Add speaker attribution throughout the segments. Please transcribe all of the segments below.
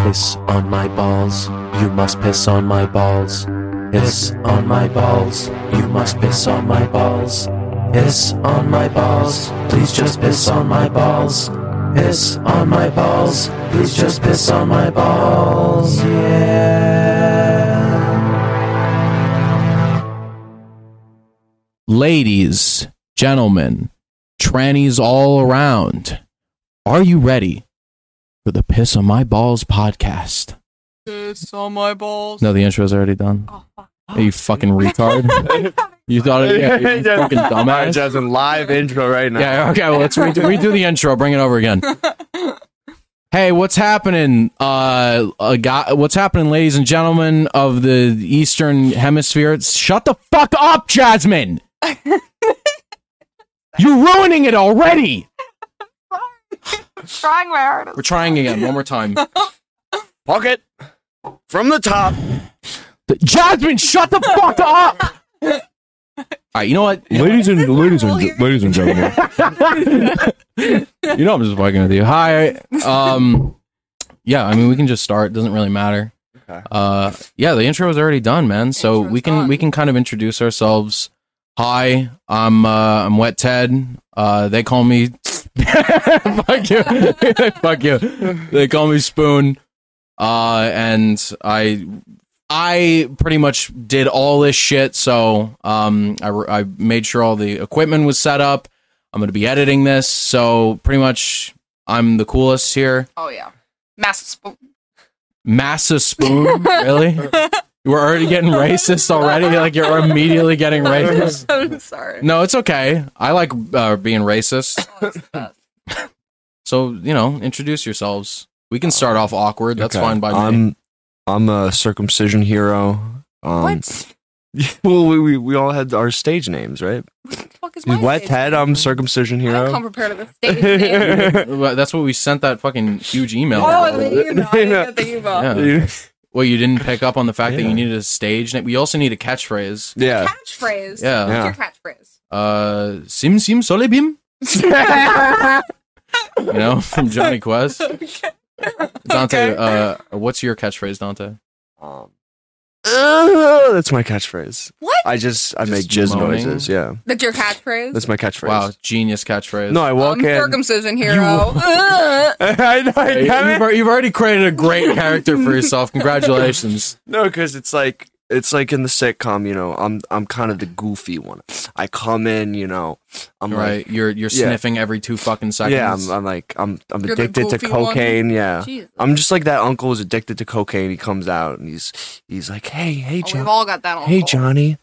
Speaker 1: Piss on my balls. You must piss on my balls. Piss on my balls. You must piss on my balls. Piss on my balls. Please just piss on my balls. Piss on my balls. Please just piss on my balls. Yeah.
Speaker 2: Ladies, gentlemen, trannies all around, are you ready for the Piss on My Balls podcast?
Speaker 3: It's on my balls.
Speaker 2: No, the intro's already done.
Speaker 4: Oh, fuck.
Speaker 2: Hey, you fucking retard. You thought it, yeah, you fucking
Speaker 5: Alright,
Speaker 2: dumbass.
Speaker 5: Justin, live intro right now.
Speaker 2: Yeah, okay, well, let's redo, redo the intro. Bring it over again. Hey, what's happening? Uh, a guy, what's happening, ladies and gentlemen of the Eastern Hemisphere? It's, shut the fuck up, Jasmine. You're ruining it already.
Speaker 4: Trying my hardest.
Speaker 2: We're trying again, one more time.
Speaker 5: Pocket from the top.
Speaker 2: Jasmine, shut the fuck up. All right, you know what?
Speaker 6: ladies and ladies and ge- ladies and gentlemen.
Speaker 2: You know I'm just fucking with you. Hi. Um. Yeah, I mean we can just start. Doesn't really matter.
Speaker 5: Okay.
Speaker 2: Uh. Yeah, the intro is already done, man. So
Speaker 3: Intro's
Speaker 2: we can
Speaker 3: done.
Speaker 2: we can kind of introduce ourselves. Hi, I'm uh I'm Wet Ted. Uh, they call me. Fuck you. Fuck you. They call me Spoon. Uh, and I. I pretty much did all this shit, so um, I, re- I made sure all the equipment was set up. I'm going to be editing this. So pretty much, I'm the coolest here.
Speaker 4: Oh yeah, massive spoon.
Speaker 2: Massa spoon, really? We're already getting racist already. Like you're immediately getting racist.
Speaker 4: I'm sorry.
Speaker 2: No, it's okay. I like uh, being racist. So you know, introduce yourselves. We can start off awkward. That's
Speaker 5: Okay.
Speaker 2: fine by me.
Speaker 5: I'm I'm a circumcision hero. Um,
Speaker 4: What?
Speaker 5: Well, we, we we all had our stage names, right?
Speaker 4: What the fuck is my
Speaker 5: Wet
Speaker 4: stage
Speaker 5: Ted,
Speaker 4: name?
Speaker 5: I'm circumcision
Speaker 4: I don't come
Speaker 5: hero.
Speaker 4: prepared to the stage name.
Speaker 2: Well, That's what we sent that fucking huge email.
Speaker 4: oh, the email. I
Speaker 5: Yeah.
Speaker 4: didn't get the email.
Speaker 2: Yeah. Well, you didn't pick up on the fact that
Speaker 5: Yeah.
Speaker 2: you needed a stage name. We also need a catchphrase.
Speaker 5: yeah.
Speaker 4: Catchphrase.
Speaker 2: Yeah.
Speaker 4: What's
Speaker 5: Yeah.
Speaker 4: your catchphrase?
Speaker 2: Uh, sim sim sole bim. you know, from Johnny Quest. Dante,
Speaker 4: Okay.
Speaker 2: uh, what's your catchphrase, Dante?
Speaker 5: Um, uh, that's my catchphrase.
Speaker 4: What?
Speaker 5: I just I
Speaker 2: Just
Speaker 5: make jizz
Speaker 2: moaning?
Speaker 5: noises. Yeah,
Speaker 4: That's your catchphrase.
Speaker 5: that's my catchphrase.
Speaker 2: Wow, genius catchphrase.
Speaker 5: No, I walk
Speaker 4: I'm
Speaker 5: in.
Speaker 4: circumcision hero. Ugh.
Speaker 5: I know, I
Speaker 2: Hey, you've,
Speaker 5: get it.
Speaker 2: al- you've already created a great character for yourself. Congratulations.
Speaker 5: No, because it's like it's like in the sitcom. You know, I'm I'm kind of the goofy one. I come in. You know, I'm like.
Speaker 2: right, you're you're
Speaker 5: Yeah.
Speaker 2: sniffing every two fucking seconds.
Speaker 5: Yeah, I'm, I'm like I'm I'm
Speaker 4: You're the
Speaker 5: addicted to
Speaker 4: goofy one?
Speaker 5: cocaine. Yeah,
Speaker 4: Jesus. Oh,
Speaker 5: I'm just like that uncle who's addicted to cocaine. He comes out and he's he's like, hey, hey,
Speaker 4: Oh,
Speaker 5: John,
Speaker 4: we've all got that on.
Speaker 5: hey,
Speaker 4: hold.
Speaker 5: Johnny.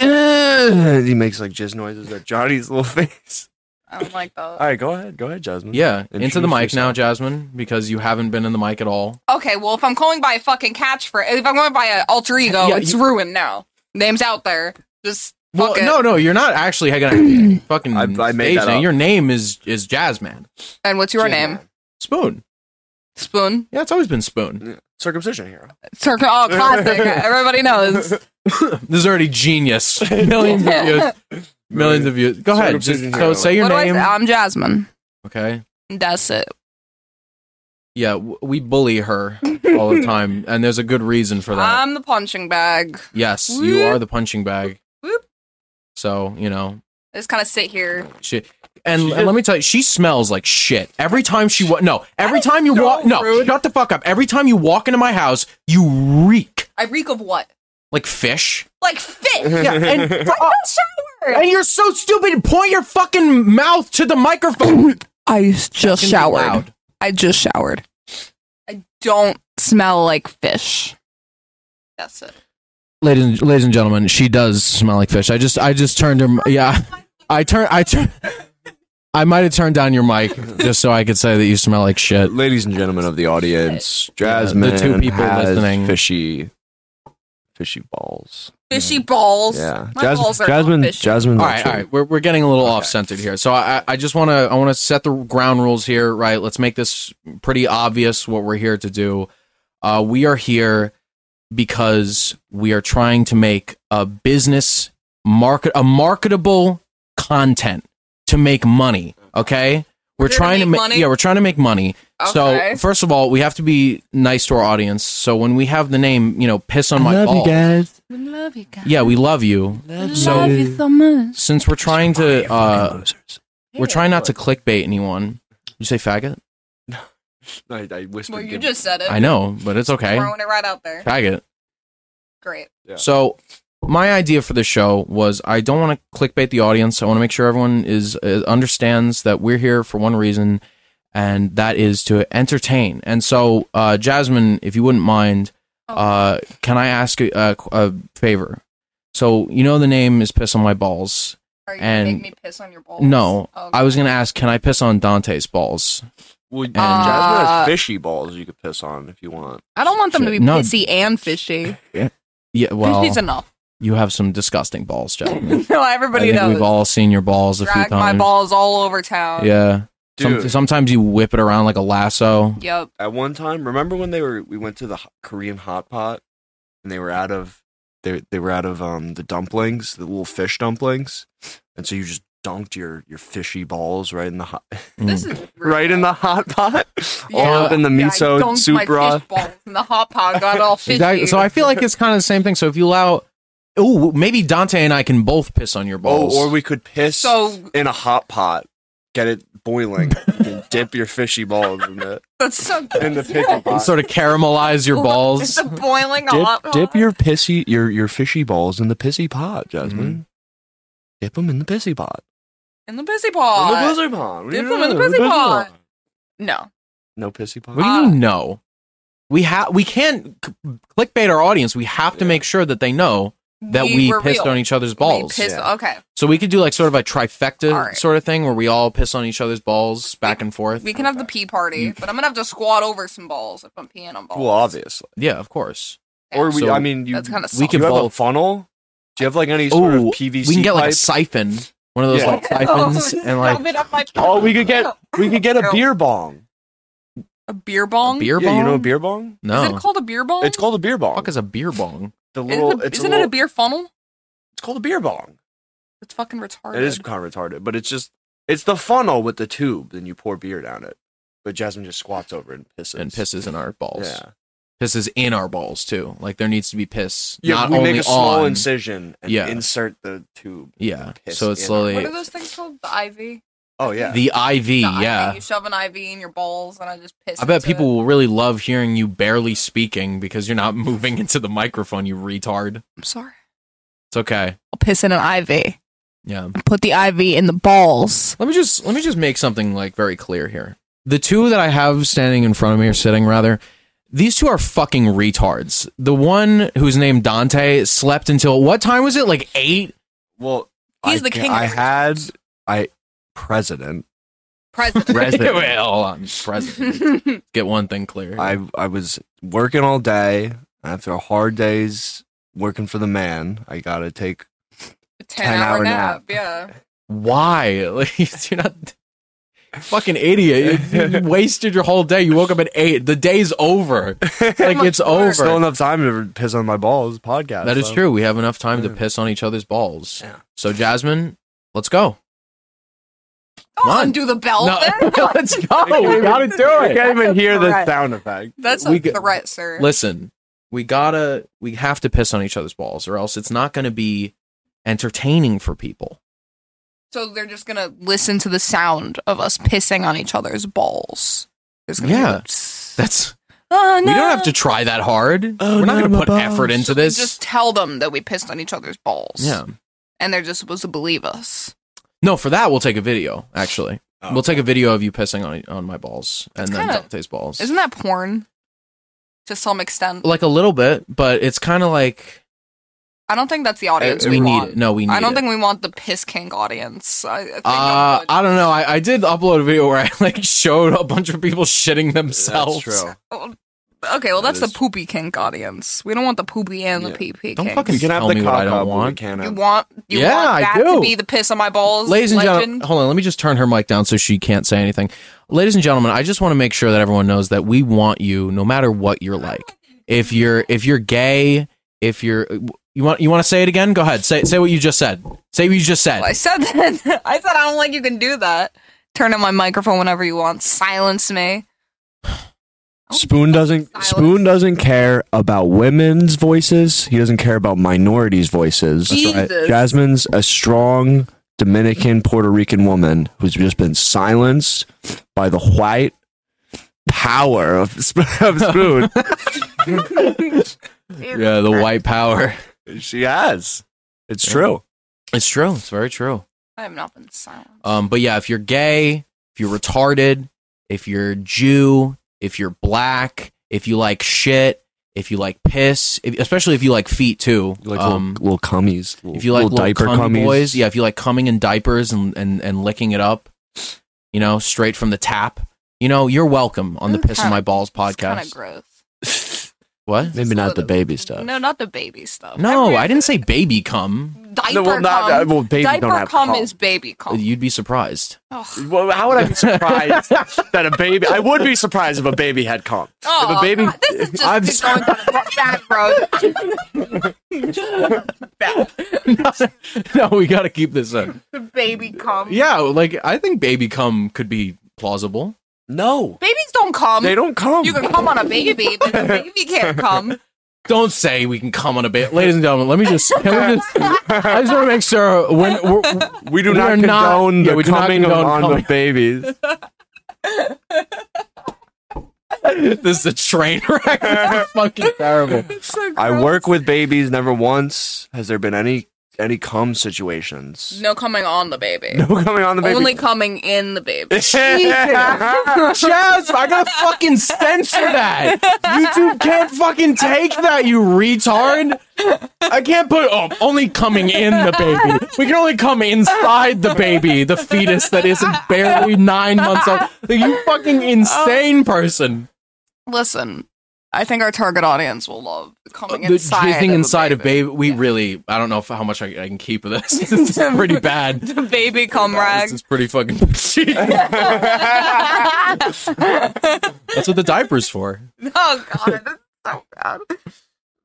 Speaker 5: And he makes like jizz noises at Johnny's little face.
Speaker 4: I don't like
Speaker 5: All
Speaker 4: that.
Speaker 5: right, go ahead, go ahead, Jasmine.
Speaker 2: yeah, into the
Speaker 5: Introduce
Speaker 2: mic now,
Speaker 5: yourself.
Speaker 2: Jasmine, because you haven't been in the mic at all.
Speaker 4: Okay, well, if I'm going by a fucking catchphrase, if I'm going by an alter ego,
Speaker 2: Yeah,
Speaker 4: it's ruined now. Name's out there. Just
Speaker 2: Well,
Speaker 4: fuck it.
Speaker 2: no, no, you're not actually gonna fucking
Speaker 5: I- I made
Speaker 2: stage
Speaker 5: that
Speaker 2: name.
Speaker 5: up.
Speaker 2: Your name is is Jazzman
Speaker 4: And what's your name?
Speaker 2: Spoon.
Speaker 4: Spoon.
Speaker 2: Yeah, it's always been Spoon.
Speaker 5: Circumcision hero.
Speaker 4: Circa. Oh, classic. Everybody knows.
Speaker 2: This is already genius. Millions of views. Millions of views. Go ahead. Just,
Speaker 5: Circumcision
Speaker 2: so
Speaker 5: hero.
Speaker 2: say your
Speaker 4: what do I
Speaker 2: name.
Speaker 4: say? I'm Jasmine.
Speaker 2: okay.
Speaker 4: That's it.
Speaker 2: Yeah, w- we bully her all the time, and there's a good reason for that.
Speaker 4: I'm the punching bag.
Speaker 2: yes, you
Speaker 4: Ah. whoop.
Speaker 2: are the punching bag.
Speaker 4: Whoop.
Speaker 2: So you know
Speaker 4: I just kind of sit here.
Speaker 2: she. And, and let me tell you, she smells like shit. Every time she wa- no, every time you
Speaker 4: so
Speaker 2: walk no,
Speaker 4: rude.
Speaker 2: shut the fuck up. Every time you walk into my house, you reek
Speaker 4: I reek of what?
Speaker 2: like fish.
Speaker 4: Like fish.
Speaker 2: Yeah, and
Speaker 4: I don't shower.
Speaker 2: and you're so stupid. Point your fucking mouth to the microphone.
Speaker 4: I just showered.
Speaker 2: Loud.
Speaker 4: I just showered. I don't smell like fish. That's it.
Speaker 2: ladies and, ladies and gentlemen, she does smell like fish. I just I just turned her. Yeah, I turn I turn. I might have turned down your mic just so I could say that you smell like shit.
Speaker 5: Ladies and gentlemen of the audience, Jasmine.
Speaker 2: the two people
Speaker 5: has
Speaker 2: listening.
Speaker 5: Fishy, fishy balls.
Speaker 4: Fishy
Speaker 2: Mm.
Speaker 4: balls.
Speaker 5: Yeah,
Speaker 4: My
Speaker 5: Jas-
Speaker 4: balls are
Speaker 5: Jasmine.
Speaker 4: not fishy.
Speaker 5: Jasmine.
Speaker 2: All right, all right, we're we're getting a little off centered here. So I I just want to I want to set the ground rules here, right? Let's make this pretty obvious what we're here to do. Uh, we are here because we are trying to make a business market a marketable content to make money. Okay, We're
Speaker 4: You're
Speaker 2: trying to
Speaker 4: make
Speaker 2: ma-
Speaker 4: money?
Speaker 2: Yeah, we're trying to make money.
Speaker 4: Okay.
Speaker 2: So first of all, we have to be nice to our audience. So when we have the name, you know, piss on my balls.
Speaker 6: guys.
Speaker 4: We love you guys.
Speaker 2: Yeah, we love you.
Speaker 4: we
Speaker 2: so-
Speaker 4: love you so much.
Speaker 2: Since we're trying to, uh, we're trying not to
Speaker 5: look.
Speaker 2: clickbait anyone. You say faggot?
Speaker 5: I, I whispered.
Speaker 4: Well, you
Speaker 5: give-
Speaker 4: just said it.
Speaker 2: I know, but it's okay.
Speaker 4: Throwing it right out there.
Speaker 2: Faggot.
Speaker 4: Great.
Speaker 5: Yeah.
Speaker 2: So my idea for the show was I don't want to clickbait the audience. I want to make sure everyone is uh, understands that we're here for one reason, and that is to entertain. And so, uh, Jasmine, if you wouldn't mind,
Speaker 4: Oh.
Speaker 2: uh, can I ask a, a, a favor? So you know the name is piss on my balls.
Speaker 4: Are you
Speaker 2: and-
Speaker 4: gonna make me piss on your balls?
Speaker 2: No,
Speaker 4: Oh,
Speaker 2: I was gonna ask, can I piss on Dante's balls?
Speaker 5: Well,
Speaker 2: And-
Speaker 5: Jasmine
Speaker 4: Uh,
Speaker 5: has fishy balls you could piss on if you want.
Speaker 4: I don't want them to be
Speaker 2: No.
Speaker 4: pissy and fishy.
Speaker 2: Yeah, well,
Speaker 4: Fishy's enough.
Speaker 2: you have some disgusting balls, Jasmine.
Speaker 4: no,
Speaker 2: I
Speaker 4: everybody
Speaker 2: think
Speaker 4: knows.
Speaker 2: we've all seen your balls a few
Speaker 4: Drag
Speaker 2: times.
Speaker 4: my balls all over town.
Speaker 2: Yeah. Some,
Speaker 5: Dude,
Speaker 2: sometimes you whip it around like a lasso.
Speaker 4: Yep.
Speaker 5: at one time, remember when they were we went to the ho- Korean hot pot and they were out of they they were out of um the dumplings, the little fish dumplings, and so you just dunked your your fishy balls right in the hot
Speaker 2: Mm.
Speaker 4: This is
Speaker 5: right in the hot pot, all
Speaker 4: Yeah.
Speaker 5: up in the
Speaker 4: Yeah, I
Speaker 5: miso
Speaker 4: dunked my
Speaker 5: soup broth.
Speaker 4: Fish balls in the hot pot got all fishy.
Speaker 2: Exactly. So I feel like it's kind of the same thing. So if you allow, oh, maybe Dante and I can both piss on your balls.
Speaker 5: Oh, or we could piss
Speaker 4: So-
Speaker 5: in a hot pot, get it boiling, and dip your fishy balls in the
Speaker 4: that's so good.
Speaker 5: in the pickle pot.
Speaker 2: sort of caramelize your
Speaker 4: It's
Speaker 2: balls.
Speaker 4: a boiling
Speaker 5: dip,
Speaker 4: hot pot.
Speaker 5: dip your pissy your your fishy balls in the pissy pot, Jasmine. Dip them in the pissy pot.
Speaker 4: in the pissy pot.
Speaker 5: in the pissy pot. What do
Speaker 4: dip
Speaker 5: you
Speaker 4: 'em in the
Speaker 5: mean?
Speaker 4: pissy pot. no.
Speaker 5: No pissy pot.
Speaker 2: What do you know? We have we can't c- clickbait our audience. We have to make sure that they know that we,
Speaker 4: were
Speaker 2: pissed
Speaker 4: real.
Speaker 2: on each other's
Speaker 4: We
Speaker 2: balls.
Speaker 4: pissed-
Speaker 5: Yeah.
Speaker 4: Okay.
Speaker 2: So we could do like sort of a trifecta
Speaker 4: All right.
Speaker 2: sort of thing where we all piss on each other's balls back and forth.
Speaker 4: We can have the pee party, but I'm gonna have to squat over some balls if I'm peeing on balls.
Speaker 5: Well, obviously.
Speaker 2: yeah, of course.
Speaker 5: Or we.
Speaker 2: So,
Speaker 5: I mean, you.
Speaker 4: Oh, That's kind of
Speaker 2: we
Speaker 5: do
Speaker 2: could
Speaker 5: you have a
Speaker 2: both-
Speaker 5: funnel? Do you have like any sort
Speaker 2: Ooh,
Speaker 5: of PVC?
Speaker 2: we can get like a
Speaker 5: pipe?
Speaker 2: siphon, one of those
Speaker 5: Yeah.
Speaker 2: like
Speaker 4: Oh,
Speaker 2: siphons, and like
Speaker 5: Oh, we could get we could get a
Speaker 4: No.
Speaker 5: beer bong.
Speaker 4: a beer bong.
Speaker 2: beer
Speaker 5: yeah,
Speaker 2: bong.
Speaker 5: you know a beer bong.
Speaker 2: No,
Speaker 4: Is it called a beer bong?
Speaker 5: It's called a beer bong.
Speaker 2: fuck is a beer bong?
Speaker 5: the
Speaker 4: Isn't,
Speaker 5: little.
Speaker 4: it,
Speaker 5: it's
Speaker 4: isn't
Speaker 5: a
Speaker 4: it
Speaker 5: little,
Speaker 4: a beer funnel?
Speaker 5: It's called a beer bong.
Speaker 4: It's fucking retarded.
Speaker 5: It is kind of retarded, but it's just it's the funnel with the tube. Then you pour beer down it. But Jasmine just squats over and pisses
Speaker 2: And pisses in our balls.
Speaker 5: Yeah,
Speaker 2: Pisses in our balls too. Like there needs to be piss.
Speaker 5: yeah.
Speaker 2: not
Speaker 5: we
Speaker 2: only
Speaker 5: make a slow
Speaker 2: on.
Speaker 5: incision and
Speaker 2: Yeah.
Speaker 5: insert the tube.
Speaker 2: yeah.
Speaker 5: piss
Speaker 2: So it's
Speaker 5: in
Speaker 4: What
Speaker 2: slowly
Speaker 4: are those things called? The IV. The
Speaker 5: Oh yeah.
Speaker 2: the IV.
Speaker 4: IV,
Speaker 2: yeah.
Speaker 4: You shove an IV in your balls, and I just piss.
Speaker 2: I bet
Speaker 4: into
Speaker 2: people
Speaker 4: It.
Speaker 2: will really love hearing you barely speaking because you're not moving into the microphone, you retard.
Speaker 4: I'm sorry.
Speaker 2: It's okay.
Speaker 4: I'll piss in an IV.
Speaker 2: Yeah.
Speaker 4: Put the IV in the balls.
Speaker 2: Let me just let me just make something like very clear here. The two that I have standing in front of me or sitting rather, these two are fucking retards. The one who's named Dante slept until what time was it? Like eight?
Speaker 5: well,
Speaker 4: He's
Speaker 5: I
Speaker 4: the
Speaker 5: ca-
Speaker 4: king of
Speaker 5: I
Speaker 4: the
Speaker 5: had I president.
Speaker 4: President.
Speaker 5: President.
Speaker 2: Wait, hold on. President. Get one thing clear.
Speaker 5: I I was working all day after a hard day's working for the man. I gotta take.
Speaker 4: Ten hour
Speaker 5: hour
Speaker 4: nap.
Speaker 5: nap.
Speaker 4: Yeah.
Speaker 2: Why? Like, you're not fucking idiot. You, you wasted your whole day. You woke up at eight. The day's over. Like
Speaker 4: much
Speaker 2: it's
Speaker 4: work.
Speaker 5: Still
Speaker 2: over.
Speaker 5: enough time to piss on my balls. Podcast.
Speaker 2: That is
Speaker 5: so-
Speaker 2: true. We have enough time to
Speaker 5: Yeah.
Speaker 2: piss on each other's balls.
Speaker 5: Yeah.
Speaker 2: So Jasmine, let's go.
Speaker 4: Come
Speaker 2: on.
Speaker 4: on, do the bell
Speaker 2: No,
Speaker 4: thing.
Speaker 2: let's go. We gotta do
Speaker 5: I
Speaker 2: it.
Speaker 5: can't even hear the
Speaker 4: Correct.
Speaker 5: sound effect.
Speaker 4: That's
Speaker 2: We
Speaker 4: a
Speaker 2: get-
Speaker 4: threat, sir.
Speaker 2: Listen, we gotta. We have to piss on each other's balls, or else it's not going to be entertaining for people.
Speaker 4: So they're just gonna listen to the sound of us pissing on each other's balls. There's gonna
Speaker 2: Yeah.
Speaker 4: Be like, "Tss."
Speaker 2: That's
Speaker 4: oh,
Speaker 2: we
Speaker 4: no.
Speaker 2: don't have to try that hard.
Speaker 6: Oh,
Speaker 2: We're not
Speaker 6: no,
Speaker 2: going to
Speaker 6: my
Speaker 2: put
Speaker 6: balls.
Speaker 2: effort into
Speaker 4: So
Speaker 2: this.
Speaker 4: Just tell them that we pissed on each other's balls.
Speaker 2: yeah.
Speaker 4: and they're just supposed to believe us.
Speaker 2: No, for that we'll take a video. Actually,
Speaker 5: Oh.
Speaker 2: we'll take a video of you pissing on on my balls and then
Speaker 4: kinda-
Speaker 2: Dante's balls.
Speaker 4: Isn't that porn? To some extent,
Speaker 2: like a little bit, but it's kind of like
Speaker 4: I don't think that's the audience
Speaker 2: we,
Speaker 4: we,
Speaker 2: need
Speaker 4: want.
Speaker 2: it. No, we need
Speaker 4: I don't
Speaker 2: it.
Speaker 4: think we want the piss kink audience. I, I think I'm
Speaker 2: Uh,
Speaker 4: good.
Speaker 2: I don't know. I, I did upload a video where I like showed a bunch of people shitting
Speaker 5: That's
Speaker 2: themselves.
Speaker 5: true.
Speaker 4: Oh, okay, well
Speaker 5: That
Speaker 4: that's the
Speaker 5: is-
Speaker 4: poopy kink audience. We don't want the poopy and the
Speaker 5: Yeah.
Speaker 4: pee pee.
Speaker 2: Don't
Speaker 4: kinks.
Speaker 2: fucking
Speaker 5: We can have
Speaker 2: Tell me
Speaker 5: the
Speaker 2: what
Speaker 5: cock
Speaker 2: I don't
Speaker 5: up, but we
Speaker 2: want.
Speaker 5: can't
Speaker 4: You
Speaker 5: have-
Speaker 4: want you
Speaker 2: Yeah, I
Speaker 4: want that to
Speaker 2: do.
Speaker 4: be the piss on my balls,
Speaker 2: Ladies and
Speaker 4: legend?
Speaker 2: gentlemen, hold on. Let me just turn her mic down so she can't say anything. Ladies and gentlemen, I just want to make sure that everyone knows that we want you, no matter what you're like. If you're if you're gay, if you're you want you want to say it again, go ahead. Say say what you just said. Say what you just said.
Speaker 4: Well, I said that. I said I don't like you can do that. Turn on my microphone whenever you want. Silence me. Oh,
Speaker 5: Spoon doesn't
Speaker 4: Silence.
Speaker 5: Spoon doesn't care about women's voices. He doesn't care about minorities' voices.
Speaker 4: That's right. Jesus.
Speaker 5: Jasmine's a strong Dominican Puerto Rican woman who's just been silenced by the white power of, Sp- of Spoon.
Speaker 2: Yeah, the white power.
Speaker 5: she has. It's true.
Speaker 2: It's true. It's very true.
Speaker 4: I have not been silent.
Speaker 2: Um, but yeah, if you're gay, if you're retarded, if you're Jew, if you're black, if you like shit, if you like piss, if, especially if you like feet too.
Speaker 5: You Like
Speaker 2: um,
Speaker 5: little, little cummies. Little,
Speaker 2: if you like little,
Speaker 5: diaper
Speaker 2: cum
Speaker 5: cummies.
Speaker 2: boys, yeah, if you like coming in diapers and, and, and licking it up, you know, straight from the tap, you know, you're welcome on the
Speaker 4: It's
Speaker 2: Piss in
Speaker 4: kinda-
Speaker 2: My Balls
Speaker 4: Kind of
Speaker 2: podcast.
Speaker 4: gross.
Speaker 2: What?
Speaker 5: Maybe not the baby stuff.
Speaker 4: No, not the baby stuff.
Speaker 2: No,
Speaker 4: Every-
Speaker 2: I didn't say baby cum.
Speaker 4: diaper
Speaker 5: No, well, not- uh,
Speaker 4: cum.
Speaker 5: well, babies don't
Speaker 4: diaper
Speaker 5: have
Speaker 4: cum
Speaker 5: cum.
Speaker 4: is baby cum.
Speaker 2: You'd be surprised.
Speaker 4: Ugh.
Speaker 5: Well, how would I be surprised that a baby? I would be surprised if a baby had cum.
Speaker 4: Oh,
Speaker 5: if a baby,
Speaker 4: God, this is just
Speaker 5: I'm
Speaker 4: been going down a bad road.
Speaker 2: no, we got to keep this up.
Speaker 4: The baby cum.
Speaker 2: Yeah, like I think baby cum could be plausible.
Speaker 5: no,
Speaker 4: Babies don't cum.
Speaker 5: they don't cum.
Speaker 4: You can cum on a baby, but the baby can't cum.
Speaker 2: Don't say we can cum on a bit, ladies and gentlemen. Let me just. Can we just I just want to make sure when we're,
Speaker 5: we do
Speaker 2: We
Speaker 5: not
Speaker 2: are
Speaker 5: condone
Speaker 2: not-
Speaker 5: the
Speaker 2: yeah, we do not
Speaker 5: coming
Speaker 2: condone
Speaker 5: on
Speaker 2: coming.
Speaker 5: the babies.
Speaker 2: this is a train wreck. This is fucking terrible.
Speaker 4: It's so
Speaker 5: I
Speaker 4: gross.
Speaker 5: work with babies. Never once has there been any any cum situations.
Speaker 4: No coming on the baby.
Speaker 5: No, coming on the baby.
Speaker 4: Only coming in the baby.
Speaker 2: Chaz, I gotta fucking censor that. YouTube can't fucking take that, you retard. I can't put oh, only coming in the baby. We can only come inside the baby, the fetus that isn't barely nine months old. Like, you fucking insane person.
Speaker 4: Listen, I think our target audience will love coming
Speaker 2: the
Speaker 4: inside.
Speaker 2: jizzing
Speaker 4: of
Speaker 2: inside
Speaker 4: a
Speaker 2: of baby. We really, I don't know if, how much I, I can keep of this. this is pretty bad.
Speaker 4: The baby cum rag.
Speaker 2: This is pretty fucking. That's what the diaper's for.
Speaker 4: Oh god, that's so bad.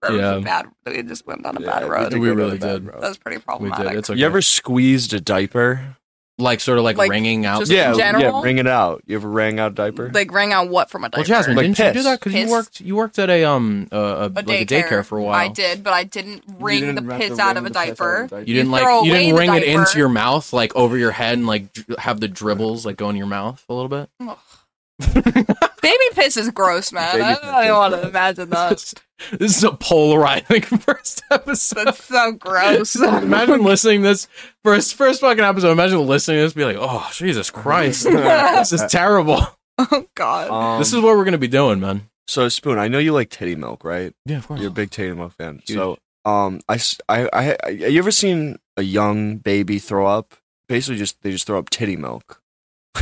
Speaker 4: That
Speaker 2: Yeah.
Speaker 4: was a bad. We just went on a
Speaker 5: Yeah,
Speaker 4: bad
Speaker 5: we
Speaker 4: road.
Speaker 5: did
Speaker 2: We
Speaker 5: go down
Speaker 2: really
Speaker 5: a bad
Speaker 2: did.
Speaker 5: road.
Speaker 4: That was pretty
Speaker 2: We
Speaker 4: problematic.
Speaker 2: did. It's okay.
Speaker 5: You ever squeezed a diaper?
Speaker 2: like sort of like,
Speaker 4: Like,
Speaker 2: ringing out?
Speaker 4: just- Yeah, In general?
Speaker 5: yeah. Ring it out. You ever rang out diaper?
Speaker 4: like rang out what from a diaper?
Speaker 2: well, Jasmine,
Speaker 5: Like
Speaker 2: didn't you do
Speaker 5: piss.
Speaker 2: that because you
Speaker 4: Piss.
Speaker 2: worked you worked at a um uh, a,
Speaker 4: a
Speaker 2: like a daycare for a while?
Speaker 4: I did, but I didn't ring the piss out of a diaper.
Speaker 2: You didn't
Speaker 4: throw
Speaker 2: like you
Speaker 4: away
Speaker 2: didn't
Speaker 4: the
Speaker 2: ring it into
Speaker 4: diaper.
Speaker 2: your mouth like over your head and like dr- have the dribbles like go in your mouth a little bit.
Speaker 4: Baby piss is gross, man.
Speaker 5: Baby
Speaker 4: I
Speaker 5: piss
Speaker 4: don't
Speaker 5: is
Speaker 4: even want to imagine that.
Speaker 2: This is a polarizing first episode.
Speaker 4: That's so gross.
Speaker 2: Imagine listening to this first first fucking episode. Imagine listening to this, be like, oh Jesus Christ, this is terrible.
Speaker 4: oh god.
Speaker 5: Um,
Speaker 2: this is what we're gonna be doing, man.
Speaker 5: so spoon. I know you like titty milk, right?
Speaker 2: Yeah, of course.
Speaker 5: You're a big Tatum Milk fan.
Speaker 2: Huge.
Speaker 5: So, um, I, s- I- I- I- you ever seen a young baby throw up? Basically, just they just throw up titty milk.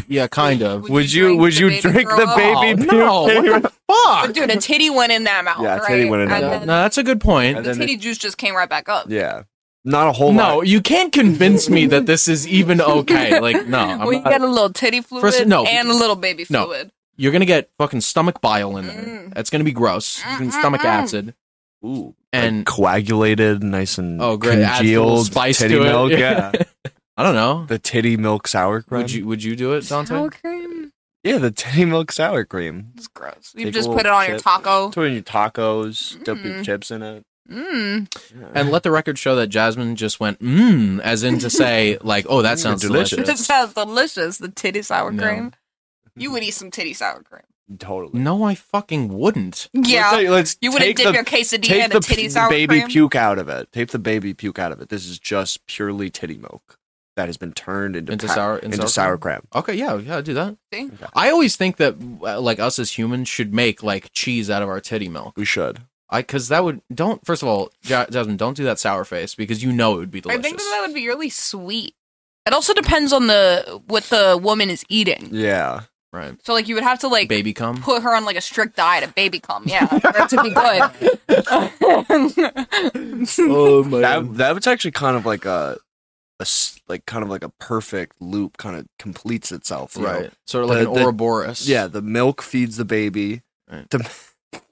Speaker 2: Yeah, kind of.
Speaker 4: Would you drink the baby throw up?
Speaker 2: Oh, no, what
Speaker 5: titty
Speaker 2: the
Speaker 5: milk?
Speaker 2: Fuck.
Speaker 4: But dude, a titty went in that mouth.
Speaker 5: Yeah, a
Speaker 4: right?
Speaker 5: titty went in
Speaker 4: And
Speaker 5: that
Speaker 2: No,
Speaker 5: mouth.
Speaker 4: then
Speaker 2: that's a good point.
Speaker 5: And
Speaker 4: The
Speaker 5: then
Speaker 4: titty juice just came right back up.
Speaker 5: Yeah, not a whole
Speaker 2: No,
Speaker 5: lot.
Speaker 2: you can't convince me that this is even okay. Like, no, I'm
Speaker 4: we
Speaker 2: not-
Speaker 4: get a little titty fluid
Speaker 2: First- no.
Speaker 4: and a little baby
Speaker 2: No.
Speaker 4: fluid.
Speaker 2: you're gonna get fucking stomach bile in there.
Speaker 4: Mm.
Speaker 2: That's gonna be gross. It's gonna be stomach
Speaker 4: Mm-mm-mm.
Speaker 2: acid
Speaker 5: Ooh,
Speaker 2: and
Speaker 5: coagulated, nice and
Speaker 2: oh, great, adds a little
Speaker 5: congealed
Speaker 2: spice
Speaker 5: titty
Speaker 2: to it.
Speaker 5: milk. Yeah,
Speaker 2: I don't know.
Speaker 5: the titty milk sour cream.
Speaker 2: Would you would you do it, Dante?
Speaker 4: Sour cream.
Speaker 5: Yeah, the titty milk sour cream.
Speaker 4: It's gross. You
Speaker 5: Take a
Speaker 4: just
Speaker 5: little
Speaker 4: put it on your
Speaker 5: chip.
Speaker 4: taco.
Speaker 5: Throw in your tacos, dump your
Speaker 4: Mm.
Speaker 5: chips in it.
Speaker 4: Mmm.
Speaker 5: Yeah.
Speaker 2: And let the record show that Jasmine just went mmm as in to say like, oh, that
Speaker 5: Mm,
Speaker 2: sounds
Speaker 5: delicious.
Speaker 2: delicious.
Speaker 4: It sounds delicious. The titty sour
Speaker 2: No.
Speaker 4: cream. You would eat some titty sour cream.
Speaker 5: totally.
Speaker 2: No, I fucking wouldn't.
Speaker 4: Yeah.
Speaker 5: Let's, let's
Speaker 4: you wouldn't
Speaker 5: take
Speaker 4: dip
Speaker 5: the-
Speaker 4: your quesadilla
Speaker 5: Take
Speaker 4: in a
Speaker 5: the
Speaker 4: titty
Speaker 5: p-
Speaker 4: sour
Speaker 5: baby
Speaker 4: cream.
Speaker 5: puke out of it. Take the baby puke out of it. This is just purely titty milk that has been turned into,
Speaker 2: Into
Speaker 5: pa-
Speaker 2: sour
Speaker 5: into,
Speaker 2: into
Speaker 5: sour crab.
Speaker 2: Okay, yeah, yeah, do that.
Speaker 4: See?
Speaker 2: I always think that uh, like us as humans should make like cheese out of our titty milk.
Speaker 5: We should.
Speaker 2: I because that would don't first of all, Ja- Jasmine, don't do that sour face because you know it would be
Speaker 4: I
Speaker 2: delicious.
Speaker 4: think that, that would be really sweet. It also depends on the what the woman is eating.
Speaker 5: Yeah.
Speaker 2: right,
Speaker 4: So like you would have to like
Speaker 2: baby cum.
Speaker 4: put her on like a strict diet of baby cum, yeah, for it to be good.
Speaker 2: Oh my!
Speaker 5: That that was actually kind of like a, a s- like kind of like a perfect loop kind of completes itself. you know?
Speaker 2: right, sort of like
Speaker 5: The-
Speaker 2: an
Speaker 5: the-
Speaker 2: Ouroboros.
Speaker 5: Yeah, the milk feeds the baby.
Speaker 2: Right.
Speaker 5: The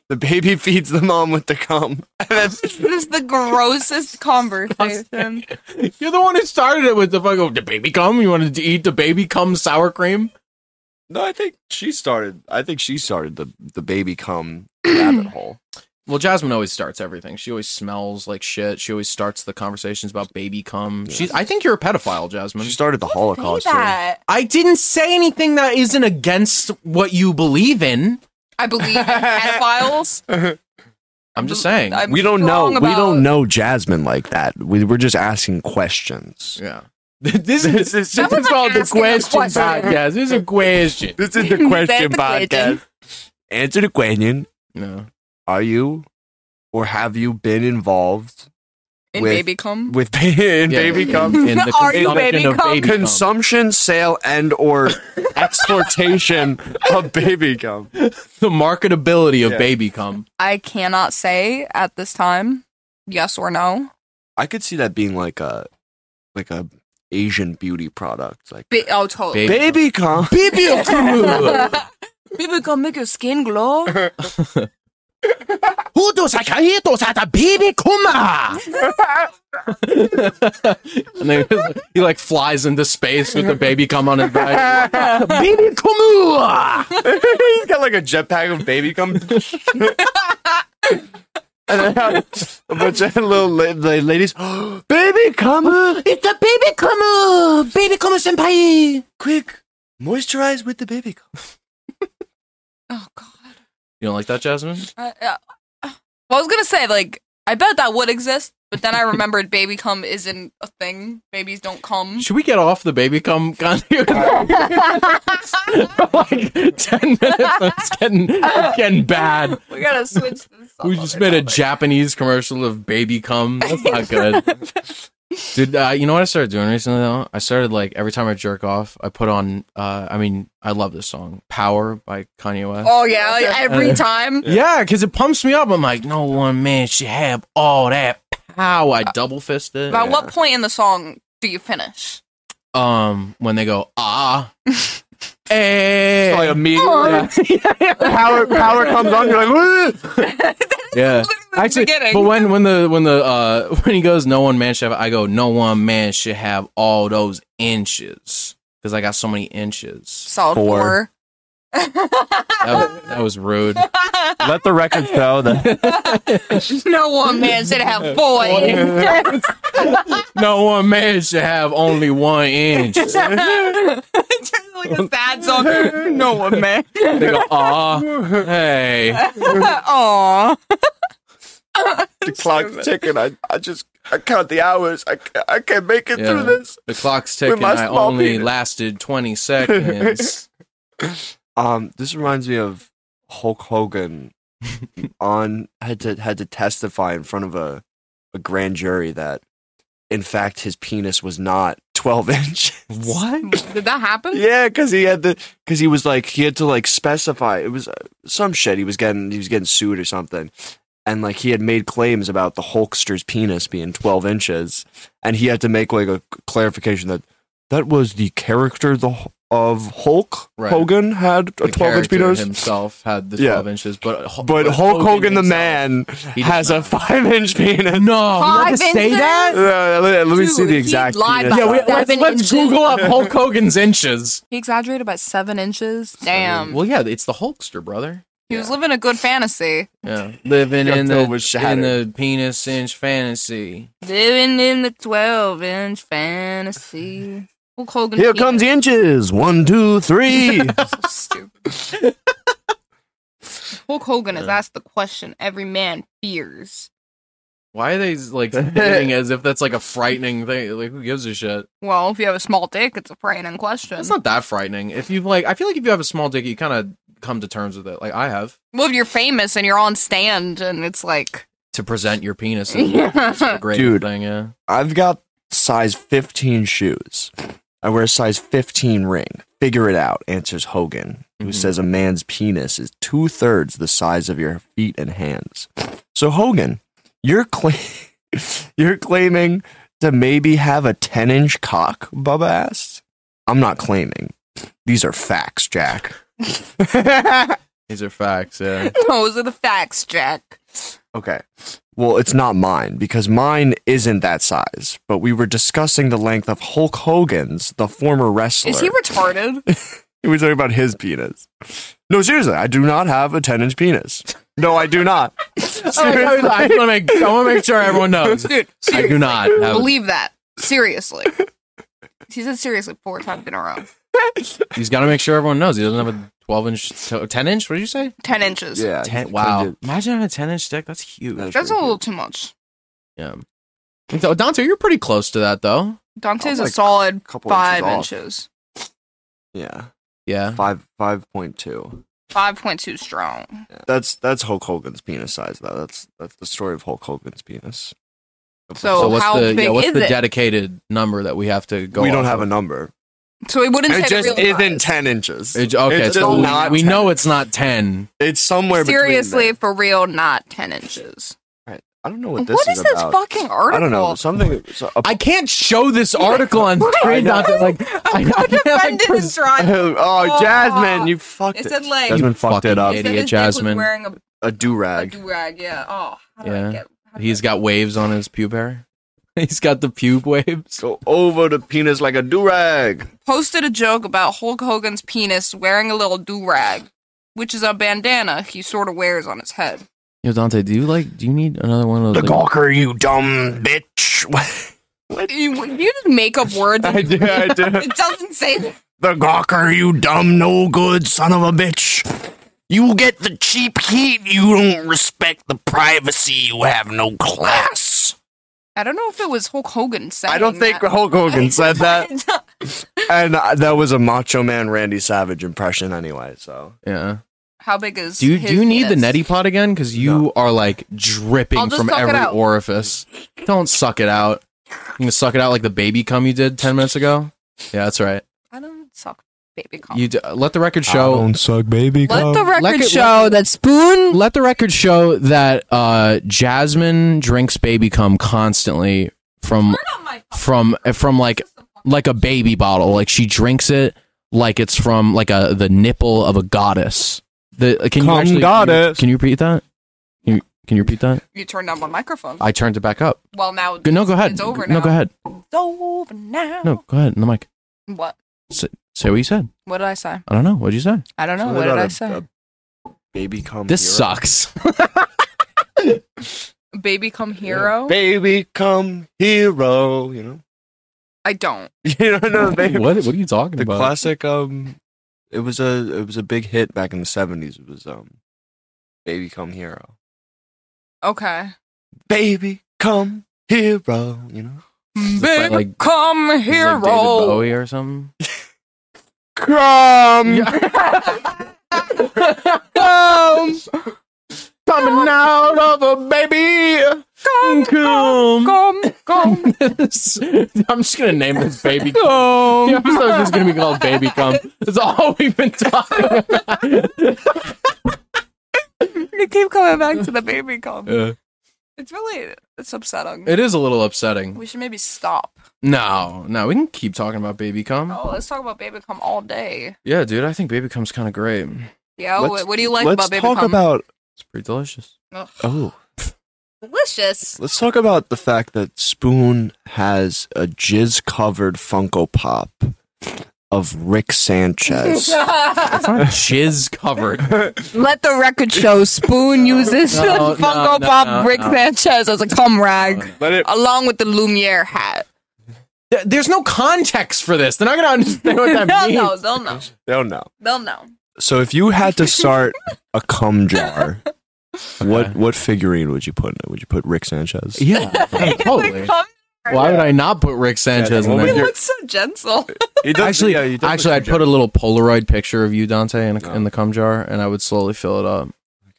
Speaker 5: The baby feeds the mom with the cum. And then
Speaker 4: This is the grossest conversation.
Speaker 2: You're the one who started it with the fucking the baby cum. You wanted to eat the baby cum sour cream.
Speaker 5: No, I think she started. I think she started the the baby cum rabbit hole.
Speaker 2: Well, Jasmine always starts everything. She always smells like shit. She always starts the conversations about baby cum.
Speaker 5: Yeah.
Speaker 2: She's. I think you're a pedophile, Jasmine.
Speaker 5: She started the Holocaust.
Speaker 4: Say that.
Speaker 2: I didn't say anything that isn't against what you believe in.
Speaker 4: I believe in pedophiles.
Speaker 2: I'm just saying.
Speaker 5: too. We don't know.
Speaker 4: Wrong
Speaker 5: We
Speaker 4: about-
Speaker 5: don't know Jasmine like that. We were just asking questions.
Speaker 2: yeah. this is this is
Speaker 4: Someone's
Speaker 2: called the
Speaker 4: asking a
Speaker 2: question
Speaker 4: question.
Speaker 2: podcast. This is a question.
Speaker 5: This is the
Speaker 4: question the question.
Speaker 5: Answer the question:
Speaker 2: No.
Speaker 5: Are you or have you been involved
Speaker 4: in
Speaker 5: With-
Speaker 4: baby cum.
Speaker 5: with in
Speaker 2: Yeah,
Speaker 5: baby
Speaker 2: in-
Speaker 5: cum?
Speaker 2: in the
Speaker 4: Are you
Speaker 2: consumption
Speaker 4: baby
Speaker 2: of
Speaker 4: cum?
Speaker 2: baby cum.
Speaker 5: Consumption, sale, and or exportation of baby cum.
Speaker 2: the marketability of
Speaker 5: Yeah.
Speaker 2: baby cum.
Speaker 4: I cannot say at this time yes or no.
Speaker 5: I could see that being like a like a Asian beauty product, like
Speaker 4: Ba- oh, totally.
Speaker 2: Baby-
Speaker 5: baby cum.
Speaker 2: Baby cum.
Speaker 4: baby cum make your skin glow.
Speaker 2: Who does a cajitos at a baby kuma? and then he like flies into space with the baby cum on his back. baby kuma.
Speaker 5: He's got like a jetpack of baby cum. and then a bunch of little la- la- ladies, baby cum,
Speaker 2: It's a baby kuma. Baby kuma senpai.
Speaker 5: quick, moisturize with the baby cum.
Speaker 4: Oh god.
Speaker 2: You don't like that, Jasmine?
Speaker 4: I, uh, well, I was gonna say like I bet that would exist, but then I remembered baby cum isn't a thing. Babies don't come.
Speaker 2: Should we get off the baby cum conversation? like ten minutes, it's getting it's getting bad.
Speaker 4: we gotta switch this. up
Speaker 2: We
Speaker 4: on
Speaker 2: just
Speaker 4: it,
Speaker 2: made a
Speaker 4: don't we?
Speaker 2: Japanese commercial of baby cum. That's not good. Dude, uh, you know what I started doing recently though? I started like every time I jerk off, I put on. Uh, I mean, I love this song, "Power" by Kanye West.
Speaker 4: Oh yeah, like, every
Speaker 2: Uh,
Speaker 4: time.
Speaker 2: Yeah, because it pumps me up. I'm like, no one man should have all that power.
Speaker 4: Uh,
Speaker 2: I double fist it.
Speaker 4: By what point in the song do you finish?
Speaker 2: Um, when they go ah, eh,
Speaker 5: Like immediately, power power comes on. You're like, "Ugh."
Speaker 2: yeah.
Speaker 4: the beginning.
Speaker 2: but when when the when the uh when he goes, no one man should have. I go, no one man should have all those inches because I got so many inches.
Speaker 4: Solid
Speaker 5: Four.
Speaker 4: four.
Speaker 2: That was, that was rude.
Speaker 5: let the record show that
Speaker 4: no one man should have four.
Speaker 2: No one man should have only one inch. They
Speaker 4: it's just like a sad song. No one man.
Speaker 2: go, ah, hey,
Speaker 4: Aww.
Speaker 5: the clock's ticking. I, I just I count the hours. I, ca- I can't make it
Speaker 2: Yeah.
Speaker 5: through this.
Speaker 2: the clock's ticking.
Speaker 5: my
Speaker 2: I
Speaker 5: small
Speaker 2: only
Speaker 5: penis.
Speaker 2: lasted twenty seconds.
Speaker 5: Um, this reminds me of Hulk Hogan on had to had to testify in front of a, a grand jury that in fact his penis was not 12 inch.
Speaker 2: what?
Speaker 4: Did that happen?
Speaker 5: yeah, cuz he had the cuz he was like he had to like specify. It was uh, some shit he was getting he was getting sued or something. And like he had made claims about the Hulkster's penis being 12 inches and he had to make like a clarification that that was the character the of Hulk
Speaker 2: Right.
Speaker 5: Hogan had
Speaker 2: The
Speaker 5: a 12 inch
Speaker 2: character
Speaker 5: penis.
Speaker 2: himself had the
Speaker 5: Yeah.
Speaker 2: twelve inches, but Hul-
Speaker 5: But Hulk Hogan, the
Speaker 2: himself-
Speaker 5: man
Speaker 2: He did
Speaker 5: has a
Speaker 2: not.
Speaker 5: five inch penis.
Speaker 2: No, Oh, you had
Speaker 4: Five
Speaker 2: to say
Speaker 4: inches?
Speaker 5: Uh,
Speaker 2: that.
Speaker 5: let, let me see
Speaker 4: Dude,
Speaker 5: the
Speaker 4: he
Speaker 5: exact.
Speaker 4: lied
Speaker 5: penis.
Speaker 4: about
Speaker 2: Yeah, we,
Speaker 4: Seven
Speaker 2: let's, let's
Speaker 4: inches.
Speaker 2: Google up Hulk Hogan's inches.
Speaker 4: He exaggerated by seven inches. Damn.
Speaker 2: Well, yeah, it's the Hulkster, brother.
Speaker 4: he was living a good fantasy.
Speaker 2: Yeah, living
Speaker 5: Your
Speaker 2: in the
Speaker 5: toe was
Speaker 2: in
Speaker 5: shattered.
Speaker 2: the penis inch fantasy.
Speaker 4: Living in the 12 inch fantasy. Hulk Hogan.
Speaker 5: Here
Speaker 4: penis.
Speaker 5: comes the inches. One, two, three.
Speaker 4: So stupid. Hulk Hogan has asked the question every man fears.
Speaker 2: Why are they like saying as if that's like a frightening thing? Like, who gives a shit?
Speaker 4: Well, if you have a small dick, it's a frightening question.
Speaker 2: That's not that frightening. If you like, I feel like if you have a small dick, you kind of come to terms with it. Like I have
Speaker 4: well, if you're famous and you're on stand and it's like.
Speaker 2: to present your penis. Is a
Speaker 4: Yeah.
Speaker 2: great
Speaker 5: Dude.
Speaker 2: thing, yeah.
Speaker 5: I've got size 15 shoes. I wear a size 15 ring. Figure it out, answers Hogan, who
Speaker 2: Mhm.
Speaker 5: says a man's penis is two thirds the size of your feet and hands. So, Hogan, you're, cla- you're claiming to maybe have a 10 inch cock, Bubba asked. I'm not claiming. These are facts, Jack.
Speaker 2: These are facts. Yeah.
Speaker 4: Those are the facts, Jack.
Speaker 5: Okay. Well, it's not mine because mine isn't that size. But we were discussing the length of Hulk Hogan's, the former wrestler.
Speaker 4: Is he retarded?
Speaker 5: we were talking about his penis. No, seriously, I do not have a ten-inch penis. No, I do not.
Speaker 4: Oh,
Speaker 5: Seriously.
Speaker 2: I want to make. I want to make sure everyone knows.
Speaker 4: Dude,
Speaker 2: I do not have.
Speaker 4: believe that. Seriously. He said seriously four times in a row.
Speaker 2: He's got to make sure everyone knows he doesn't have a twelve inch, ten inch. What did you say?
Speaker 4: Ten inches.
Speaker 5: yeah.
Speaker 2: Ten.
Speaker 5: I
Speaker 2: Wow.
Speaker 5: did.
Speaker 2: Imagine having a ten inch dick. That's huge.
Speaker 5: That's
Speaker 4: That's a
Speaker 5: pretty
Speaker 4: little
Speaker 5: good.
Speaker 4: too much.
Speaker 2: Yeah. So, Dante, you're pretty close to that though.
Speaker 4: Dante's
Speaker 5: I'm
Speaker 4: a
Speaker 5: like
Speaker 4: solid
Speaker 5: Couple
Speaker 4: five
Speaker 5: off.
Speaker 4: inches.
Speaker 5: Yeah.
Speaker 2: Yeah.
Speaker 5: Five five point two.
Speaker 4: Five point two strong.
Speaker 5: That's that's Hulk Hogan's penis size though. That's that's the story of Hulk Hogan's penis.
Speaker 4: So
Speaker 2: So what's
Speaker 4: Oh, how
Speaker 2: the yeah,
Speaker 4: big
Speaker 2: what's
Speaker 4: is
Speaker 2: the
Speaker 4: it?
Speaker 2: dedicated number that we have to go?
Speaker 5: we don't
Speaker 2: off
Speaker 5: have
Speaker 2: of?
Speaker 5: a number.
Speaker 4: So he wouldn't
Speaker 5: It
Speaker 4: say the
Speaker 5: just
Speaker 4: real
Speaker 5: isn't
Speaker 4: size.
Speaker 5: ten inches.
Speaker 2: It's, okay,
Speaker 5: It's
Speaker 2: so
Speaker 5: just
Speaker 2: we,
Speaker 5: not
Speaker 2: we
Speaker 5: 10.
Speaker 2: know it's not ten.
Speaker 5: It's somewhere between
Speaker 4: Seriously,
Speaker 5: there.
Speaker 4: for real, not ten inches.
Speaker 5: I don't know what
Speaker 4: What
Speaker 5: this
Speaker 4: is this
Speaker 5: about.
Speaker 4: fucking article?
Speaker 5: I don't know something. So a-
Speaker 2: I can't show this article on screen. Dante, like I, I
Speaker 4: How
Speaker 2: can't, like,
Speaker 4: defended
Speaker 2: pres-
Speaker 4: is drawing.
Speaker 5: oh, Jasmine, you fucked
Speaker 4: It
Speaker 5: it.
Speaker 4: said like
Speaker 5: Jasmine fucked it
Speaker 2: Fucking
Speaker 5: up.
Speaker 4: he said his
Speaker 2: Idiot
Speaker 4: dick
Speaker 2: Jasmine.
Speaker 4: Was wearing a,
Speaker 5: A do
Speaker 4: a
Speaker 5: rag.
Speaker 4: durag, yeah. Oh, how did I
Speaker 2: Yeah.
Speaker 4: get- how did
Speaker 2: He's
Speaker 4: I-
Speaker 2: got waves on his pube hair. He's got the pube waves.
Speaker 5: Go over the penis like a do rag.
Speaker 4: posted a joke about Hulk Hogan's penis wearing a little do rag, which is a bandana he sort of wears on his head.
Speaker 2: Yo, Dante, do you like? Do you need another one of those? like-
Speaker 5: gawker, you dumb bitch.
Speaker 4: You, you just make up words.
Speaker 5: I
Speaker 4: And
Speaker 5: do. I do.
Speaker 4: it doesn't say that.
Speaker 5: The gawker, you dumb, no good son of a bitch. You get the cheap heat. You don't respect the privacy. You have no class.
Speaker 4: I don't know if it was Hulk Hogan saying.
Speaker 5: I don't think
Speaker 4: that.
Speaker 5: Hulk Hogan said that.
Speaker 4: that.
Speaker 5: And uh, that was a Macho Man Randy Savage impression, anyway. So
Speaker 2: yeah.
Speaker 4: How big is?
Speaker 2: Do you,
Speaker 4: his
Speaker 2: do you need the
Speaker 4: penis?
Speaker 2: neti pot again? Because you
Speaker 5: No.
Speaker 2: are like dripping
Speaker 4: I'll just
Speaker 2: from
Speaker 4: suck it
Speaker 2: every
Speaker 4: out.
Speaker 2: orifice. Don't suck it out. You can suck it out like the baby cum you did ten minutes ago. Yeah, that's right.
Speaker 4: I don't suck baby cum.
Speaker 2: You d- let the record show.
Speaker 6: suck baby.
Speaker 4: Let the record
Speaker 2: Let it-
Speaker 4: show that spoon.
Speaker 2: Let the record show that uh, Jasmine drinks baby cum constantly from from from like like a baby bottle. Like she drinks it like it's from like a the nipple of a goddess. The can you
Speaker 6: Cum
Speaker 2: actually,
Speaker 6: goddess.
Speaker 2: Can you, repeat that? Can you, can you repeat that?
Speaker 4: You turned on my microphone.
Speaker 2: I turned it back up.
Speaker 4: well, now
Speaker 2: Go- No, go ahead.
Speaker 4: It's over
Speaker 2: no,
Speaker 4: now.
Speaker 2: go ahead.
Speaker 4: it's over now.
Speaker 2: No, go ahead. In the mic.
Speaker 4: What?
Speaker 2: Say what you said.
Speaker 4: What did I say?
Speaker 2: I don't know. What did you say?
Speaker 4: I don't know.
Speaker 5: Something
Speaker 4: what did
Speaker 5: about
Speaker 4: I
Speaker 5: a-
Speaker 4: say?
Speaker 5: a baby come.
Speaker 2: This
Speaker 5: hero.
Speaker 2: sucks.
Speaker 4: baby cum hero.
Speaker 5: Baby come hero. You know.
Speaker 4: I don't.
Speaker 5: You don't know the baby.
Speaker 2: what What are you talking
Speaker 5: The
Speaker 2: about?
Speaker 5: classic. Um, it was a it was a big hit back in the seventies. It was um, baby come hero.
Speaker 4: Okay.
Speaker 5: Baby come hero. You know.
Speaker 4: Big
Speaker 2: like-
Speaker 4: come
Speaker 2: Is it like
Speaker 4: hero.
Speaker 2: David Bowie or something.
Speaker 5: Come.
Speaker 2: Um, coming out of a baby. Come, come,
Speaker 4: Come, come.
Speaker 2: I'm just gonna name this baby. Cum. The episode's just gonna be called Baby Cum. That's all we've been talking about.
Speaker 4: you keep coming back to the baby come.
Speaker 2: Yeah.
Speaker 4: It's really it's upsetting.
Speaker 2: Uh, It is a little upsetting.
Speaker 4: we should maybe stop.
Speaker 2: No, no, we can keep talking about Baby Cum.
Speaker 4: Oh, let's talk about baby come all day.
Speaker 2: Yeah, dude, I think Baby Cum's kind of great.
Speaker 4: Yeah.
Speaker 5: Let's-
Speaker 4: What, what do you like
Speaker 5: let's
Speaker 4: about baby
Speaker 5: talk
Speaker 4: cum?
Speaker 5: about.
Speaker 2: It's pretty delicious.
Speaker 4: Ugh,
Speaker 5: Oh,
Speaker 4: delicious.
Speaker 5: let's talk about the fact that Spoon has a jizz covered Funko Pop of Rick Sanchez.
Speaker 2: It's not jizz covered.
Speaker 4: Let the record show. Spoon uses
Speaker 2: No, no,
Speaker 4: Funko
Speaker 2: no,
Speaker 4: Pop
Speaker 2: no,
Speaker 4: Rick
Speaker 2: no.
Speaker 4: Sanchez as a cum rag,
Speaker 5: Let it
Speaker 4: along with the Lumiere hat.
Speaker 2: Th- There's no context for this. They're not gonna understand what that
Speaker 4: They'll
Speaker 2: means.
Speaker 4: know. They'll know.
Speaker 5: They'll know.
Speaker 4: They'll know.
Speaker 5: So if you had to start a cum jar, what
Speaker 2: Okay.
Speaker 5: what figurine would you put in it? Would you put Rick Sanchez?
Speaker 2: Yeah, totally.
Speaker 4: Cum
Speaker 2: Why would I not put Rick Sanchez in
Speaker 5: what
Speaker 2: there?
Speaker 5: would
Speaker 4: He
Speaker 5: You're-
Speaker 4: looks so gentle.
Speaker 5: He does-
Speaker 2: Actually,
Speaker 5: yeah, he does
Speaker 2: actually,
Speaker 5: look
Speaker 2: I'd put a little Polaroid picture of you, Dante, in, a,
Speaker 5: No.
Speaker 2: in the cum jar, and I would slowly fill it up.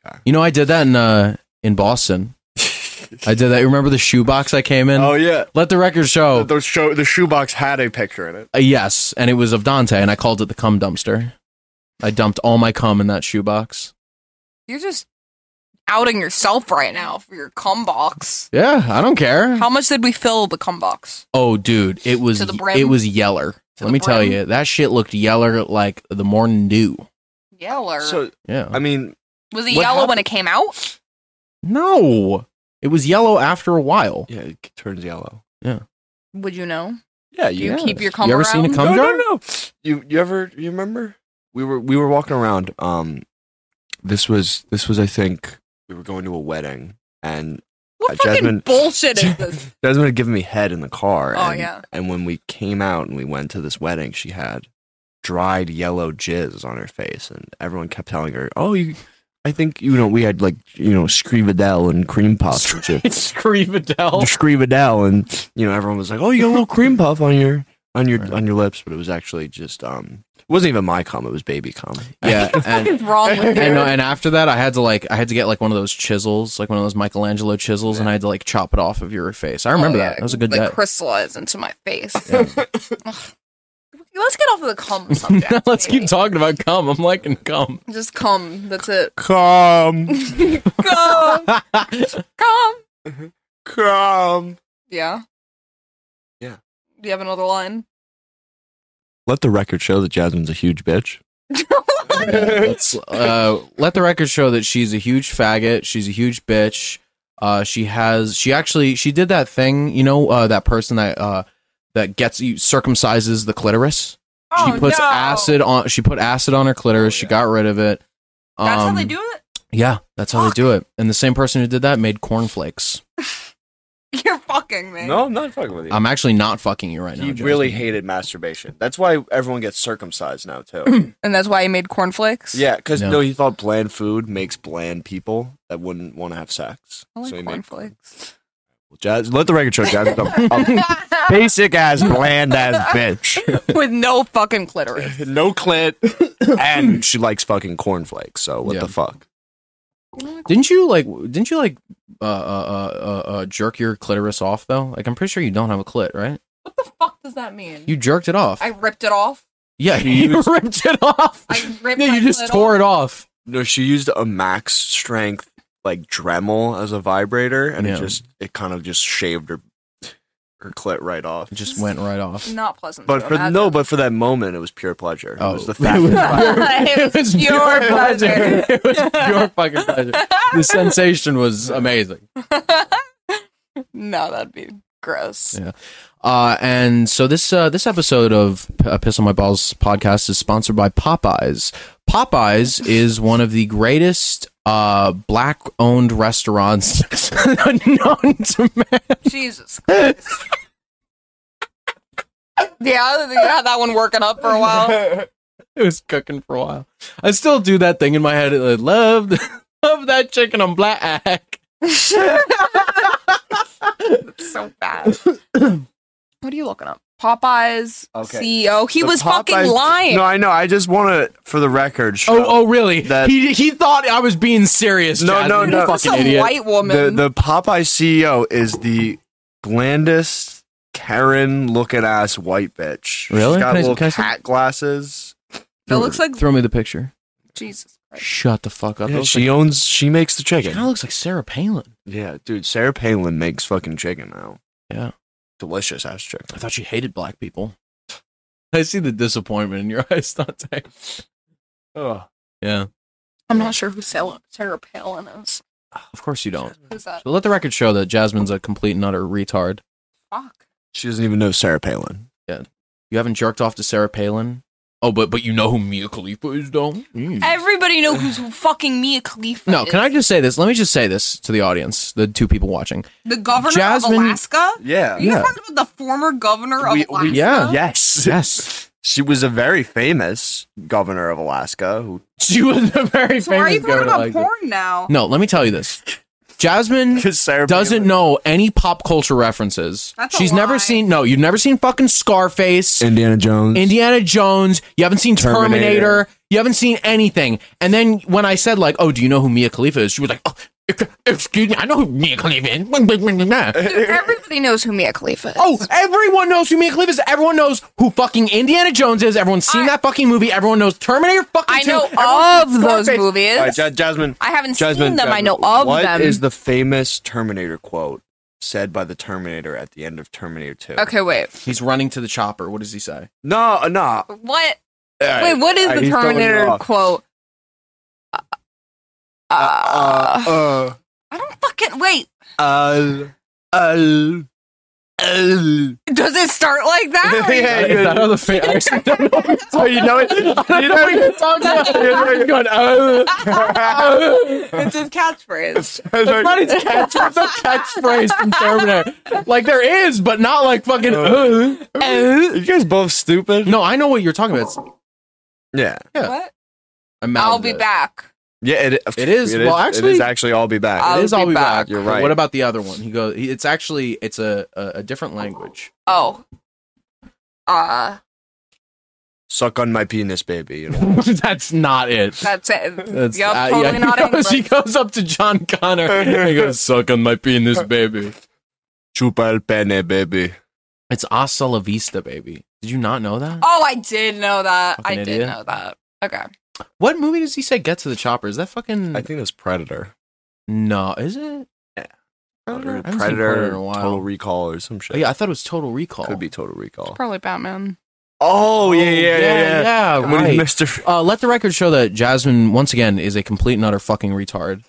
Speaker 5: Okay.
Speaker 2: You know, I did that in uh, in Boston. I did that. You Remember the shoebox I came in?
Speaker 5: Oh yeah,
Speaker 2: Let the record show.
Speaker 5: the show the shoebox had a picture in it.
Speaker 2: Uh, yes, and it was of Dante, and I called it the cum dumpster. I dumped all my cum in that shoebox.
Speaker 4: You're just outing yourself right now for your cum box.
Speaker 2: Yeah, I don't care.
Speaker 4: How much did we fill the cum box?
Speaker 2: Oh, dude, it was
Speaker 4: To the brim?
Speaker 2: it was yeller.
Speaker 4: To
Speaker 2: Let
Speaker 4: the
Speaker 2: me tell
Speaker 4: brim?
Speaker 2: you, that shit looked yeller like the morning dew.
Speaker 4: yellow.
Speaker 5: So
Speaker 2: Yeah.
Speaker 5: I mean,
Speaker 4: was it
Speaker 5: what
Speaker 4: yellow when
Speaker 5: happened-
Speaker 4: it came out?
Speaker 2: no. It was yellow after a while.
Speaker 5: yeah, it turns yellow.
Speaker 4: Would you know?
Speaker 5: Yeah,
Speaker 4: Do
Speaker 5: you.
Speaker 4: you
Speaker 2: Yes.
Speaker 4: keep your cum
Speaker 2: You ever
Speaker 4: around?
Speaker 2: seen a cum
Speaker 5: no,
Speaker 2: jar?
Speaker 5: no, no. You you ever you remember? We were we were walking around. Um, this was this was I think we were going to a wedding and
Speaker 4: What
Speaker 5: Uh,
Speaker 4: fucking
Speaker 5: Jasmine-
Speaker 4: bullshit is this?
Speaker 5: Desmond had given me head in the car.
Speaker 4: Oh,
Speaker 5: and,
Speaker 4: yeah.
Speaker 5: And when we came out and we went to this wedding, she had dried yellow jizz on her face, and everyone kept telling her, "Oh, you." I think you know we had like you know scrivedel and cream puffs. which are- Oh.
Speaker 2: Screamadel.
Speaker 5: Scrivedel, and you know everyone was like, "Oh, you got a little cream puff on your on your
Speaker 2: Right.
Speaker 5: on your lips," but it was actually just um, it wasn't even my cum; it was baby cum.
Speaker 2: Yeah. And,
Speaker 4: What's wrong
Speaker 2: and,
Speaker 4: with you?
Speaker 2: and after that, I had to like, I had to get like one of those chisels, like one of those Michelangelo chisels, and I had to like chop it off of your face. I remember
Speaker 4: Oh, yeah,
Speaker 2: that. That was a good
Speaker 4: like
Speaker 2: day.
Speaker 4: crystallized into my face.
Speaker 2: Yeah.
Speaker 4: Ugh. Let's get off of the cum subject.
Speaker 2: Let's keep
Speaker 4: maybe.
Speaker 2: talking about cum. I'm liking cum.
Speaker 4: Just cum. That's it.
Speaker 5: Cum,
Speaker 4: cum. Cum.
Speaker 5: cum.
Speaker 4: Yeah.
Speaker 5: Yeah.
Speaker 4: Do you have another line?
Speaker 5: Let the record show that Jasmine's a huge bitch.
Speaker 4: Oh,
Speaker 2: Let's, uh, let the record show that she's a huge faggot. She's a huge bitch. Uh, she has. She actually. She did that thing. You know uh, that person that uh, that gets you circumcises the clitoris.
Speaker 4: Oh,
Speaker 2: she puts acid on. She put acid on her clitoris. She got rid of it.
Speaker 4: That's how
Speaker 2: Um,
Speaker 4: they do it.
Speaker 2: Yeah, that's how
Speaker 4: Fuck.
Speaker 2: they do it. And the same person who did that made cornflakes.
Speaker 4: You're fucking me.
Speaker 5: No, I'm not fucking with you.
Speaker 2: I'm actually not fucking you right now.
Speaker 5: he
Speaker 2: Jasmine.
Speaker 5: really hated masturbation. That's why everyone gets circumcised now too.
Speaker 4: And that's why he made cornflakes.
Speaker 5: yeah, because
Speaker 2: No.
Speaker 5: no. he thought bland food makes bland people that wouldn't want to have sex.
Speaker 4: I
Speaker 5: so he made
Speaker 4: like cornflakes.
Speaker 5: Jazz, let the record show Jasmine's a, a basic ass, bland ass bitch.
Speaker 4: With no fucking clitoris.
Speaker 5: no clit, and she likes fucking cornflakes. So what
Speaker 2: Yeah.
Speaker 5: the fuck?
Speaker 2: Didn't you like? Didn't you like? Uh, uh, uh, uh, uh, jerk your clitoris off though. Like I'm pretty sure you don't have a clit, right?
Speaker 4: What the fuck does that mean?
Speaker 2: You jerked it off.
Speaker 4: I ripped it off.
Speaker 2: Yeah, you ripped it off.
Speaker 4: I ripped
Speaker 2: No,
Speaker 4: my
Speaker 2: you just
Speaker 4: clit
Speaker 2: tore it off.
Speaker 5: No, she used a max strength like Dremel as a vibrator, and
Speaker 2: Yeah.
Speaker 5: it just it kind of just shaved her her clit right off.
Speaker 2: It just went right off.
Speaker 4: Not pleasant.
Speaker 5: But
Speaker 4: to
Speaker 5: for
Speaker 4: imagine.
Speaker 5: no, but for that moment, it was pure pleasure. It
Speaker 4: Oh.
Speaker 2: Oh.
Speaker 5: was the fact.
Speaker 4: It was pure pleasure.
Speaker 2: It was pure fucking pleasure. The sensation was amazing.
Speaker 4: no, that'd be gross.
Speaker 2: Yeah. Uh, and so this uh, this episode of P- uh, Piss on My Balls podcast is sponsored by Popeyes. Popeyes is one of the greatest uh, black owned restaurants known to man.
Speaker 4: Jesus Christ. yeah, you had that one working up for a while.
Speaker 2: it was cooking for a while. I still do that thing in my head. Like, love, love that chicken on black.
Speaker 4: It's so bad. what are you looking up? Popeyes
Speaker 5: Okay.
Speaker 4: CEO. He
Speaker 5: The
Speaker 4: was fucking
Speaker 5: Popeyes-
Speaker 4: lying.
Speaker 5: No, I know. I just want to, for the record, show
Speaker 2: Oh, oh, really?
Speaker 5: That-
Speaker 2: he he thought I was being serious.
Speaker 5: No,
Speaker 2: Chad,
Speaker 5: no,
Speaker 2: you
Speaker 5: no.
Speaker 4: It's
Speaker 2: fucking
Speaker 4: a
Speaker 2: idiot.
Speaker 4: Oh, white
Speaker 5: the
Speaker 4: woman.
Speaker 5: the Popeye CEO is the blandest Karen looking ass white bitch.
Speaker 2: Really?
Speaker 5: She's
Speaker 2: Can
Speaker 5: got
Speaker 2: I-
Speaker 5: little
Speaker 2: can I see-
Speaker 5: cat glasses.
Speaker 4: That looks like
Speaker 2: Throw me the picture.
Speaker 4: Jesus Christ.
Speaker 2: Shut the fuck up. That looks
Speaker 5: she owns. She makes the
Speaker 2: like, kind
Speaker 5: chicken.
Speaker 2: of looks like Sarah Palin.
Speaker 5: Yeah, dude. Sarah Palin makes fucking chicken now.
Speaker 2: Yeah.
Speaker 5: delicious ass chicken.
Speaker 2: I thought she hated black people. I see the disappointment in your eyes, Dante.
Speaker 5: Oh,
Speaker 2: Yeah,
Speaker 4: I'm not sure who Sarah, Sarah Palin is.
Speaker 2: of course you don't.
Speaker 4: Who's that?
Speaker 2: So let the record show that Jasmine's a complete and utter retard.
Speaker 4: Fuck.
Speaker 5: she doesn't even know Sarah Palin.
Speaker 2: You haven't jerked off to Sarah Palin. Oh, but but you know who Mia Khalifa is, though. Mm.
Speaker 4: Everybody knows who's fucking Mia Khalifa.
Speaker 2: No,
Speaker 4: is.
Speaker 2: can I just say this? Let me just say this to the audience, the two people watching.
Speaker 4: The governor
Speaker 2: Jasmine-
Speaker 4: of Alaska?
Speaker 5: Yeah.
Speaker 4: Are you talking about the former governor of
Speaker 5: We-
Speaker 4: Alaska?
Speaker 5: we-
Speaker 2: yeah.
Speaker 5: Yes.
Speaker 2: Yes,
Speaker 5: She was a very famous governor of Alaska who
Speaker 2: she was a very
Speaker 4: So why are you
Speaker 2: famous
Speaker 4: talking
Speaker 2: girl.
Speaker 4: about
Speaker 2: Like
Speaker 4: porn now?
Speaker 2: no, let me tell you this. Jasmine
Speaker 5: because Sarah
Speaker 2: doesn't
Speaker 5: Palin-
Speaker 2: know any pop culture references.
Speaker 4: That's a
Speaker 2: She's
Speaker 4: lie.
Speaker 2: never seen. No, you've never seen fucking Scarface,
Speaker 5: Indiana Jones.
Speaker 2: Indiana Jones. You haven't seen Terminator.
Speaker 5: Terminator.
Speaker 2: You haven't seen anything. And then when I said like, "Oh, do you know who Mia Khalifa is?" She was like, oh, ex- "Excuse me, I know who Mia Khalifa is."
Speaker 4: Dude, everybody knows who Mia Khalifa is.
Speaker 2: Oh, everyone knows who Mia Khalifa is. Everyone knows who fucking Indiana Jones is. Everyone's seen
Speaker 4: I-
Speaker 2: that fucking movie. Everyone knows Terminator fucking
Speaker 4: I
Speaker 2: 2.
Speaker 4: know
Speaker 2: Everyone-
Speaker 4: of those
Speaker 2: Scarface.
Speaker 4: movies.
Speaker 5: All right, Ja- Jasmine.
Speaker 4: I haven't
Speaker 5: Jasmine,
Speaker 4: seen them. I
Speaker 5: Jasmine,
Speaker 4: know of them.
Speaker 5: What is the famous Terminator quote said by the Terminator at the end of Terminator 2?
Speaker 4: okay, wait.
Speaker 2: He's running to the chopper. What does he say?
Speaker 5: No, no.
Speaker 4: What?
Speaker 5: All right.
Speaker 4: Wait, what is
Speaker 5: All right,
Speaker 4: the
Speaker 5: he's throwing it
Speaker 4: Terminator
Speaker 5: off.
Speaker 4: quote? Uh,
Speaker 5: uh,
Speaker 4: I don't fucking wait.
Speaker 5: uh, uh, uh.
Speaker 4: Does it start like that? Like,
Speaker 5: Yeah,
Speaker 2: Is that how the fa- I actually don't know. So Oh, you know it. You know what you're talking about. You're going, oh. oh.
Speaker 4: It's his catchphrase.
Speaker 2: That's not his catch. That's a catchphrase from Terminator. Like there is, but not like fucking. Uh.
Speaker 5: Are you guys both stupid?
Speaker 2: No, I know what you're talking about. It's,
Speaker 5: Yeah.
Speaker 2: Yeah.
Speaker 4: What?
Speaker 2: I mouthed
Speaker 4: I'll be
Speaker 2: it.
Speaker 4: back.
Speaker 5: Yeah, it,
Speaker 2: It is- well, actually-
Speaker 5: it is actually I'll be back.
Speaker 4: I'll
Speaker 2: It is.
Speaker 4: be
Speaker 2: I'll be
Speaker 4: back.
Speaker 2: back.
Speaker 5: You're
Speaker 2: But
Speaker 5: right.
Speaker 2: What about the other one? He goes. He, it's actually it's a, a a different language.
Speaker 4: Oh. Uh,
Speaker 5: Suck on my penis, baby. You know?
Speaker 2: That's not it.
Speaker 4: that's it.
Speaker 2: That's
Speaker 4: yep,
Speaker 2: uh,
Speaker 4: totally
Speaker 2: yeah,
Speaker 4: not
Speaker 2: he goes, he
Speaker 4: English.
Speaker 2: goes up to John Connor and he goes, "Suck on my penis, baby."
Speaker 5: Chupa el pene, baby.
Speaker 2: It's hasta la vista, baby. Did you not know that?
Speaker 4: Oh, I did know that.
Speaker 2: Fucking
Speaker 4: I did
Speaker 2: idiot.
Speaker 4: know that. Okay.
Speaker 2: What movie does he say "Get to the chopper"? Is that fucking
Speaker 5: I think that's Predator.
Speaker 2: no? Is it?
Speaker 5: Yeah.
Speaker 2: Predator.
Speaker 5: Predator,
Speaker 2: I haven't seen Predator in a while.
Speaker 5: Total Recall, or some shit.
Speaker 2: Oh, yeah, I thought it was Total Recall.
Speaker 5: could be Total Recall.
Speaker 4: Probably Batman.
Speaker 5: Oh yeah, yeah,
Speaker 2: yeah,
Speaker 5: yeah,
Speaker 2: yeah,
Speaker 5: yeah. When
Speaker 2: right.
Speaker 5: he's Mr.
Speaker 2: uh, let the record show that Jasmine once again is a complete and utter fucking retard,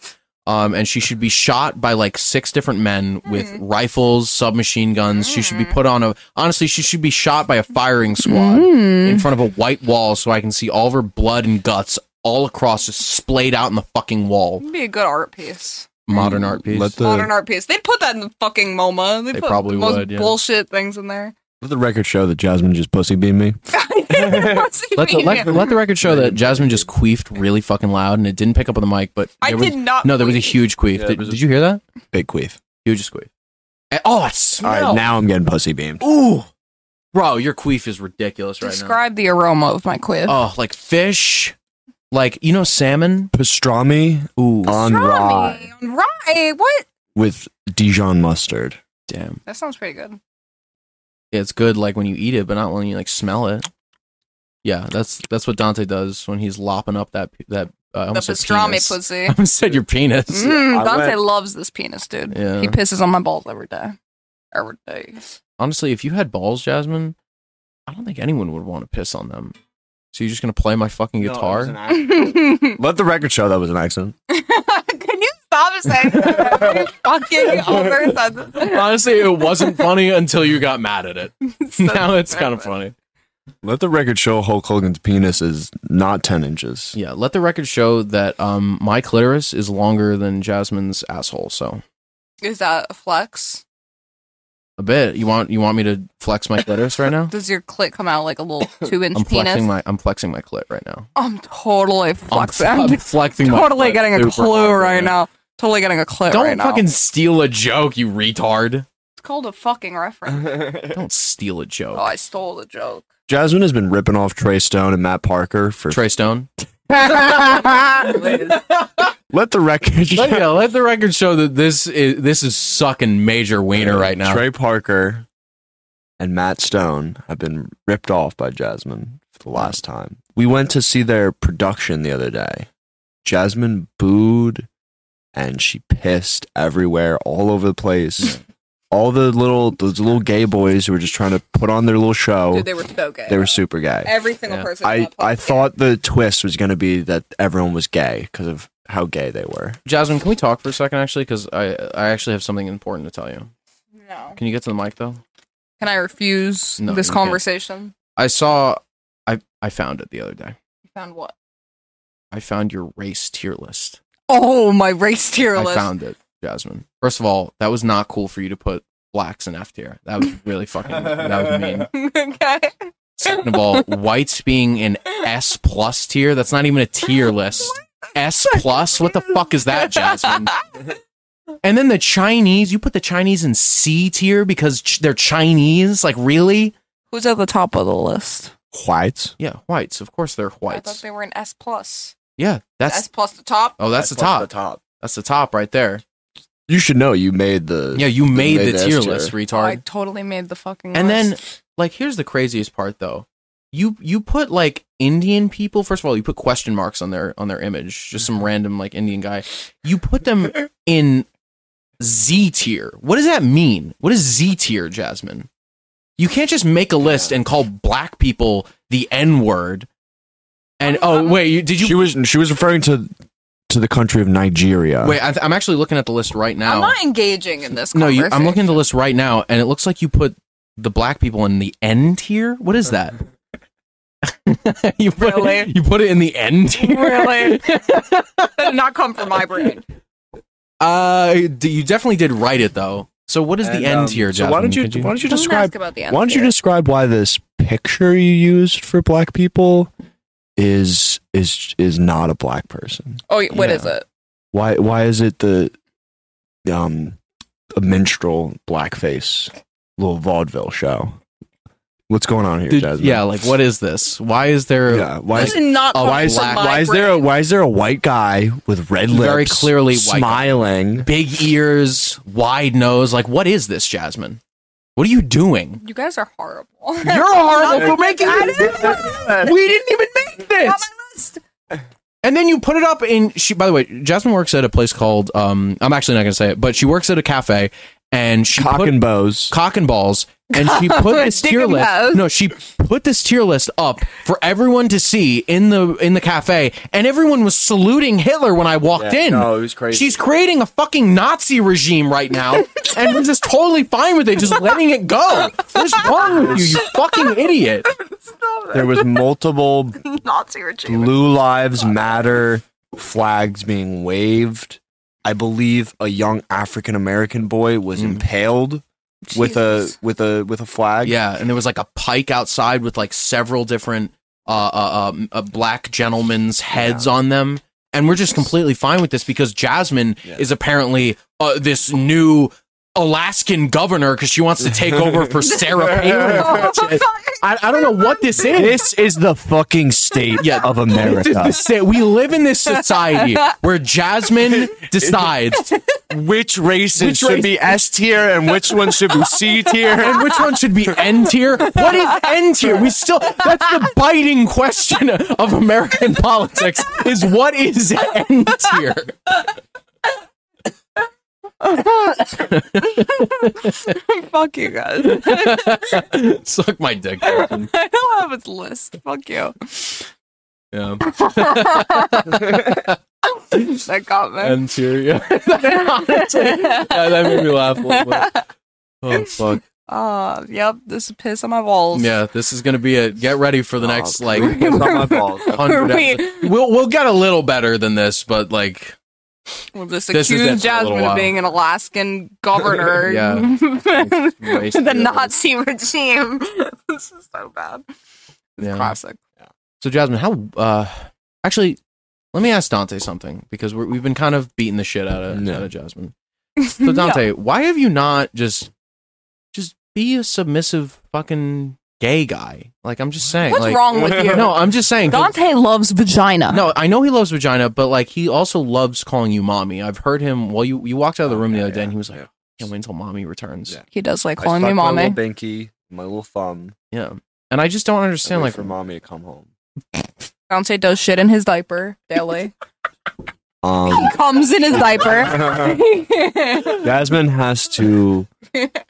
Speaker 2: um, and she should be shot by like six different men with
Speaker 4: Hmm.
Speaker 2: rifles, submachine guns. She should be put on a honestly, she should be shot by a firing squad
Speaker 4: Hmm.
Speaker 2: in front of a white wall so I can see all of her blood and guts all across, just splayed out in the fucking wall.
Speaker 4: It'd be a good art piece.
Speaker 2: Modern art piece.
Speaker 5: Let the
Speaker 4: Modern art piece. They'd put that in the fucking MoMA. They,
Speaker 2: They
Speaker 4: put
Speaker 2: probably
Speaker 4: the most
Speaker 2: would, yeah.
Speaker 4: bullshit things in there.
Speaker 5: let the record show that Jasmine just pussy beat me.
Speaker 4: What's he
Speaker 2: Let the,
Speaker 4: mean?
Speaker 2: let, let the record show that Jasmine just queefed really fucking loud and it didn't pick up on the mic, but
Speaker 4: I
Speaker 2: there was-
Speaker 4: did not.
Speaker 2: no, there was a
Speaker 4: queef.
Speaker 2: huge queef.
Speaker 5: Yeah,
Speaker 2: did,
Speaker 5: there was a- Eh,
Speaker 2: did you hear that?
Speaker 5: Big queef.
Speaker 2: Huge squeef. And- oh, it
Speaker 5: All right,
Speaker 2: smells.
Speaker 5: now I'm getting pussy beamed.
Speaker 2: Ooh, bro, your queef is ridiculous right
Speaker 4: Describe the aroma of my quiff.
Speaker 2: now. Oh, like fish, like you know salmon.
Speaker 5: Pastrami
Speaker 2: Ooh,
Speaker 5: on raw
Speaker 4: Pastrami on rye. What?
Speaker 5: with Dijon mustard.
Speaker 2: damn.
Speaker 4: That sounds pretty good.
Speaker 2: Yeah, it's good like when you eat it, but not when you like smell it. Yeah, that's that's what Dante does when he's lopping up that that. Uh, I
Speaker 4: the
Speaker 2: almost said
Speaker 4: pastrami
Speaker 2: penis.
Speaker 4: pussy.
Speaker 2: I almost said your penis.
Speaker 4: Mm,
Speaker 5: I
Speaker 4: Dante
Speaker 5: went-
Speaker 4: loves this penis, dude.
Speaker 2: Yeah.
Speaker 4: He pisses on my balls every day. Every day.
Speaker 2: Honestly, if you had balls, Jasmine, I don't think anyone would want to piss on them. So you're just gonna play my fucking guitar?
Speaker 4: Can
Speaker 5: Let the record show that was an accident.
Speaker 4: you stop saying that every fucking other sentence?
Speaker 2: Honestly, it wasn't funny until you got mad at it. now it's kind of funny.
Speaker 5: Let the record show Hulk Hogan's penis is not 10 inches.
Speaker 2: Yeah, let the record show that um, my clitoris is longer than Jasmine's asshole. So
Speaker 4: Is that a flex?
Speaker 2: a bit. You want you want me to flex my clitoris right now?
Speaker 4: Does your clit come out like a little two inch
Speaker 2: I'm
Speaker 4: penis?
Speaker 2: flexing my I'm flexing my clit right now.
Speaker 4: I'm totally
Speaker 2: I'm,
Speaker 4: flexing. I'm,
Speaker 2: I'm flexing. my
Speaker 4: totally
Speaker 2: clit
Speaker 4: getting a
Speaker 2: super
Speaker 4: clue
Speaker 2: hard
Speaker 4: right now. Totally getting a clip
Speaker 2: Don't
Speaker 4: right now.
Speaker 2: fucking steal a joke, you retard.
Speaker 4: It's called a fucking reference.
Speaker 2: Don't steal a joke.
Speaker 4: oh, I stole the joke.
Speaker 5: Jasmine has been ripping off Trey Stone and Matt Parker
Speaker 4: Oh.
Speaker 5: for.
Speaker 2: Trey Stone.
Speaker 5: Let the record
Speaker 2: Let,
Speaker 5: show.
Speaker 2: yeah, let the record show that this is this is sucking major wiener right now.
Speaker 5: Trey Parker and Matt Stone have been ripped off by Jasmine for the last time. We went to see their production the other day. Jasmine booed and she pissed everywhere, all over the place. all the little those little gay boys who were just trying to put on their little
Speaker 2: Oh,
Speaker 5: show.
Speaker 4: Dude, they were so gay.
Speaker 5: They were super gay.
Speaker 4: Every single
Speaker 2: Yeah.
Speaker 4: person. in
Speaker 5: I,
Speaker 4: that place.
Speaker 5: I thought the twist was going to be that everyone was gay because of how gay they were.
Speaker 2: Jasmine, can we talk for a second actually? Because I I actually have something important to tell you.
Speaker 4: No.
Speaker 2: Can you get to the mic though?
Speaker 4: Can I refuse
Speaker 2: No,
Speaker 4: this
Speaker 2: you can't.
Speaker 4: conversation?
Speaker 2: I saw I I found it the other day.
Speaker 4: You found what?
Speaker 2: I found your race tier list.
Speaker 4: Oh, my race tier
Speaker 2: I
Speaker 4: list.
Speaker 2: found it, Jasmine. First of all, that was not cool for you to put blacks in F tier. That was really fucking that was mean.
Speaker 4: okay.
Speaker 2: Second of all, whites being in S plus tier, that's not even a tier list. S plus? What the fuck is that, Jasmine? And then the Chinese, you put the Chinese in C tier because ch- they're Chinese? Like, really?
Speaker 4: Who's at the top of the list?
Speaker 5: Whites?
Speaker 2: Yeah, whites. Of course they're
Speaker 4: I thought
Speaker 2: whites.
Speaker 4: they were an S plus.
Speaker 2: yeah, that's.
Speaker 4: S plus the top.
Speaker 2: oh, that's, the top. That's the top right there.
Speaker 5: You should know you made the.
Speaker 2: Yeah, you made,
Speaker 5: made
Speaker 2: the
Speaker 5: the
Speaker 2: tier
Speaker 5: S tier.
Speaker 2: list,
Speaker 4: Oh, I
Speaker 2: retard.
Speaker 4: totally made the fucking.
Speaker 2: and then,
Speaker 4: list.
Speaker 2: like, here's the craziest part, though. You you put like Indian people. First of all, you put question marks on their on their image. Just some random like Indian guy. You put them in Z tier. What does that mean? What is Z tier, Jasmine? You can't just make a list and call black people the N word. And oh wait, you, did you
Speaker 5: She was she was referring to to the country of Nigeria.
Speaker 2: Wait, I th- I'm actually looking at the list right now.
Speaker 4: I'm not engaging in this.
Speaker 2: no, you, I'm looking at
Speaker 4: conversation.
Speaker 2: the list right now, and it looks like you put the black people in the end tier. What is that? you put
Speaker 4: Really?
Speaker 2: it, you put it in the end tier.
Speaker 4: Really? That did not come from my brain.
Speaker 2: Uh, d- you definitely did write it though. So what is
Speaker 5: And,
Speaker 2: the end
Speaker 5: um,
Speaker 2: tier,
Speaker 5: So
Speaker 2: Jasmine?
Speaker 5: why don't you
Speaker 2: Could
Speaker 5: why don't you
Speaker 4: Don't
Speaker 5: describe
Speaker 4: ask about the
Speaker 5: why
Speaker 4: end
Speaker 5: don't you
Speaker 4: tier.
Speaker 5: describe why this picture you used for black people is is is not a black person?
Speaker 4: Oh, wait, what
Speaker 2: Yeah.
Speaker 4: is it?
Speaker 5: Why why is it the um a minstrel blackface little vaudeville show? What's going on here,
Speaker 2: Did-
Speaker 5: Jasmine?
Speaker 2: yeah, like what is this? Why is there?
Speaker 5: Yeah, Why is,
Speaker 4: This did not
Speaker 2: oh,
Speaker 4: come
Speaker 2: why is
Speaker 4: from
Speaker 2: that-
Speaker 4: my
Speaker 5: why is there a
Speaker 4: brain.
Speaker 5: why is there a white guy with red lips
Speaker 2: Very clearly white guy.
Speaker 5: smiling?
Speaker 2: Big ears, wide nose. Like what is this, Jasmine? What are you doing?
Speaker 4: You guys are horrible.
Speaker 2: You're horrible for making
Speaker 4: I
Speaker 2: this. We didn't even make
Speaker 4: Not
Speaker 2: this.
Speaker 4: my list.
Speaker 2: And then you put it up in she by the way, Jasmine works at a place called um I'm actually not going to say it, but she works at a cafe and she
Speaker 5: Cock
Speaker 2: put
Speaker 5: and bows.
Speaker 2: cock and balls and she put this
Speaker 4: Dick
Speaker 2: tier
Speaker 4: and
Speaker 2: list
Speaker 4: balls.
Speaker 2: no she put this tier list up for everyone to see in the in the cafe and everyone was saluting hitler when i walked in
Speaker 5: it was crazy.
Speaker 2: she's creating a fucking nazi regime right now and we're just totally fine with it just letting it go what's wrong with you you fucking idiot
Speaker 5: there was multiple
Speaker 4: Nazi regime.
Speaker 5: Blue Lives Matter flags being waved. I believe a young African American boy was
Speaker 2: Mm.
Speaker 5: impaled with a
Speaker 4: Jesus.
Speaker 5: with a with a flag.
Speaker 2: yeah and there was like a pike outside with like several different uh uh, um, uh black gentlemen's heads on them and we're just completely fine with this because jasmine
Speaker 5: Yeah.
Speaker 2: is apparently uh, this new alaskan governor because she wants to take over for sarah
Speaker 4: Oh,
Speaker 2: palin I, I don't know what this is
Speaker 5: This is the fucking state
Speaker 2: Yeah.
Speaker 5: of
Speaker 2: This is
Speaker 5: America.
Speaker 2: the sa- we live in this society where Jasmine decides
Speaker 5: which
Speaker 2: Which
Speaker 5: races
Speaker 2: race-
Speaker 5: S tier and which one should be C tier?
Speaker 2: and which one should be N tier? What is N tier? We still that's the biting question of American politics is what is N tier?
Speaker 4: Fuck you guys.
Speaker 2: Suck my dick.
Speaker 4: I don't have its list. Fuck you.
Speaker 2: Yeah.
Speaker 4: That got me.
Speaker 2: N tier, yeah. Honestly, yeah, that made me laugh a little bit. Oh fuck.
Speaker 4: Uh, yep. This is piss on my walls.
Speaker 2: Yeah, this is gonna be it. Get ready for the next like
Speaker 5: Oh, it's on my balls.
Speaker 2: hundred
Speaker 4: We-
Speaker 2: episodes. We'll we'll get a little better than this, but like
Speaker 4: We'll just
Speaker 2: This is it for a
Speaker 4: accuse
Speaker 2: little
Speaker 4: Jasmine
Speaker 2: while.
Speaker 4: of being an Alaskan governor.
Speaker 2: Yeah. Waste
Speaker 4: the
Speaker 2: of-
Speaker 4: Nazi regime. this is so bad. It's
Speaker 2: Yeah.
Speaker 4: classic.
Speaker 2: So Jasmine, how? uh Actually, let me ask Dante something because we're, we've been kind of beating the shit out of,
Speaker 5: No.
Speaker 2: out of Jasmine. So Dante, why have you not just just be a submissive fucking gay guy? Like I'm just saying,
Speaker 4: What's
Speaker 2: like,
Speaker 4: wrong with you?
Speaker 2: No, I'm just saying. 'cause-
Speaker 4: Dante loves vagina.
Speaker 2: No, I know he loves vagina, but like he also loves calling you mommy. I've heard him. Well, you you walked out of
Speaker 4: Oh,
Speaker 2: the room the
Speaker 5: Yeah,
Speaker 2: other day,
Speaker 5: yeah,
Speaker 2: and he was like,
Speaker 5: yeah.
Speaker 2: "Can't wait until mommy returns."
Speaker 5: Yeah.
Speaker 4: He does like
Speaker 5: I
Speaker 4: calling me
Speaker 5: stuck My
Speaker 4: mommy.
Speaker 5: little binky, my little thumb.
Speaker 2: Yeah, and I just don't
Speaker 5: I
Speaker 2: understand.
Speaker 5: wait
Speaker 2: Like,
Speaker 5: for mommy to come home.
Speaker 4: Dante does shit in his diaper daily.
Speaker 5: Um,
Speaker 4: Comes in his diaper.
Speaker 5: Jasmine has to.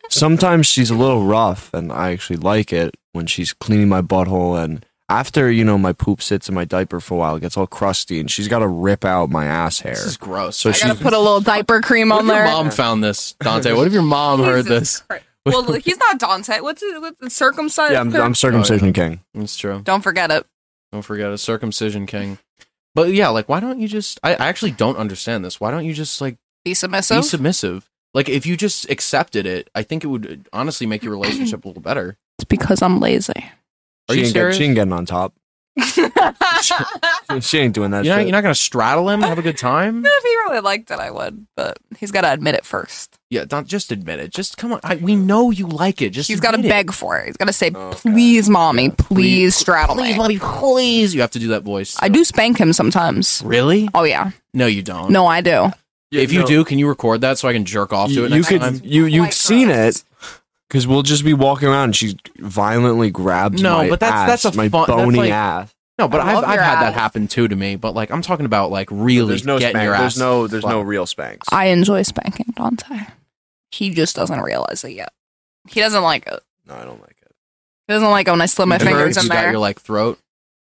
Speaker 5: Sometimes she's a little rough, and I actually like it when she's cleaning my butthole. And after you know, my poop sits in my diaper for a while, it gets all crusty, and she's got to rip out my ass hair.
Speaker 2: this is gross.
Speaker 5: So
Speaker 2: I
Speaker 5: she-
Speaker 2: gotta-
Speaker 4: Gotta put a little diaper cream
Speaker 2: what
Speaker 4: on
Speaker 2: if your
Speaker 4: there.
Speaker 2: mom found this, Dante? What if your mom heard this?
Speaker 4: Jesus Christ. Well, he's not Dante. What's it? What's it circumcised?
Speaker 5: yeah, I'm, I'm circumcision king.
Speaker 2: It's true.
Speaker 4: Don't forget it.
Speaker 2: Don't forget a circumcision king. But yeah, like why don't you just I, I actually don't understand this. Why don't you just like
Speaker 4: Be submissive.
Speaker 2: be submissive? Like if you just accepted it, I think it would uh, honestly make your relationship a little better.
Speaker 4: it's because I'm lazy.
Speaker 2: Are
Speaker 5: she
Speaker 2: you
Speaker 5: ain't get-
Speaker 2: serious?
Speaker 5: she ain't getting on top.
Speaker 4: if
Speaker 5: She ain't doing that.
Speaker 2: You're not,
Speaker 5: shit.
Speaker 2: you're not gonna straddle him, have a good time.
Speaker 4: he really liked it, I would, but he's got to admit it first.
Speaker 2: Yeah, don't just admit it. Just come on. I, we know you like it. Just
Speaker 4: He's got to
Speaker 2: admit it.
Speaker 4: beg for it. He's got to say,
Speaker 5: Okay.
Speaker 4: "Please, mommy, please,
Speaker 2: Please-
Speaker 4: straddle
Speaker 2: Please,
Speaker 4: me."
Speaker 2: mommy, please. You have to do that voice.
Speaker 4: I do spank him sometimes.
Speaker 2: Really?
Speaker 4: Oh yeah,
Speaker 2: No, you don't.
Speaker 4: no, I do.
Speaker 2: If you do, can you record that so I can jerk off to
Speaker 5: you,
Speaker 2: it
Speaker 5: you
Speaker 2: next
Speaker 5: could
Speaker 2: time?
Speaker 5: you you've
Speaker 4: White
Speaker 5: seen
Speaker 4: girls.
Speaker 5: it because we'll just be walking around and she violently grabs
Speaker 2: No,
Speaker 5: my
Speaker 2: but that's-
Speaker 5: ass,
Speaker 2: that's a
Speaker 5: my
Speaker 2: fun- that's
Speaker 5: bony
Speaker 2: like-
Speaker 5: ass.
Speaker 2: No, but
Speaker 4: I
Speaker 2: I've,
Speaker 4: love
Speaker 2: I've
Speaker 4: your
Speaker 2: had that
Speaker 4: ass.
Speaker 2: happen too to me. But like, I'm talking about like really
Speaker 5: there's no
Speaker 2: getting
Speaker 5: spank.
Speaker 2: your ass.
Speaker 5: There's no there's no
Speaker 2: slapped.
Speaker 5: real spanks.
Speaker 4: I enjoy spanking Dante. He just doesn't realize it yet. He doesn't like it.
Speaker 5: no, I don't like it.
Speaker 4: He doesn't like it when I slip my
Speaker 5: It
Speaker 2: It
Speaker 4: fingers
Speaker 2: hurts.
Speaker 4: in
Speaker 2: You got
Speaker 4: there.
Speaker 2: your like throat.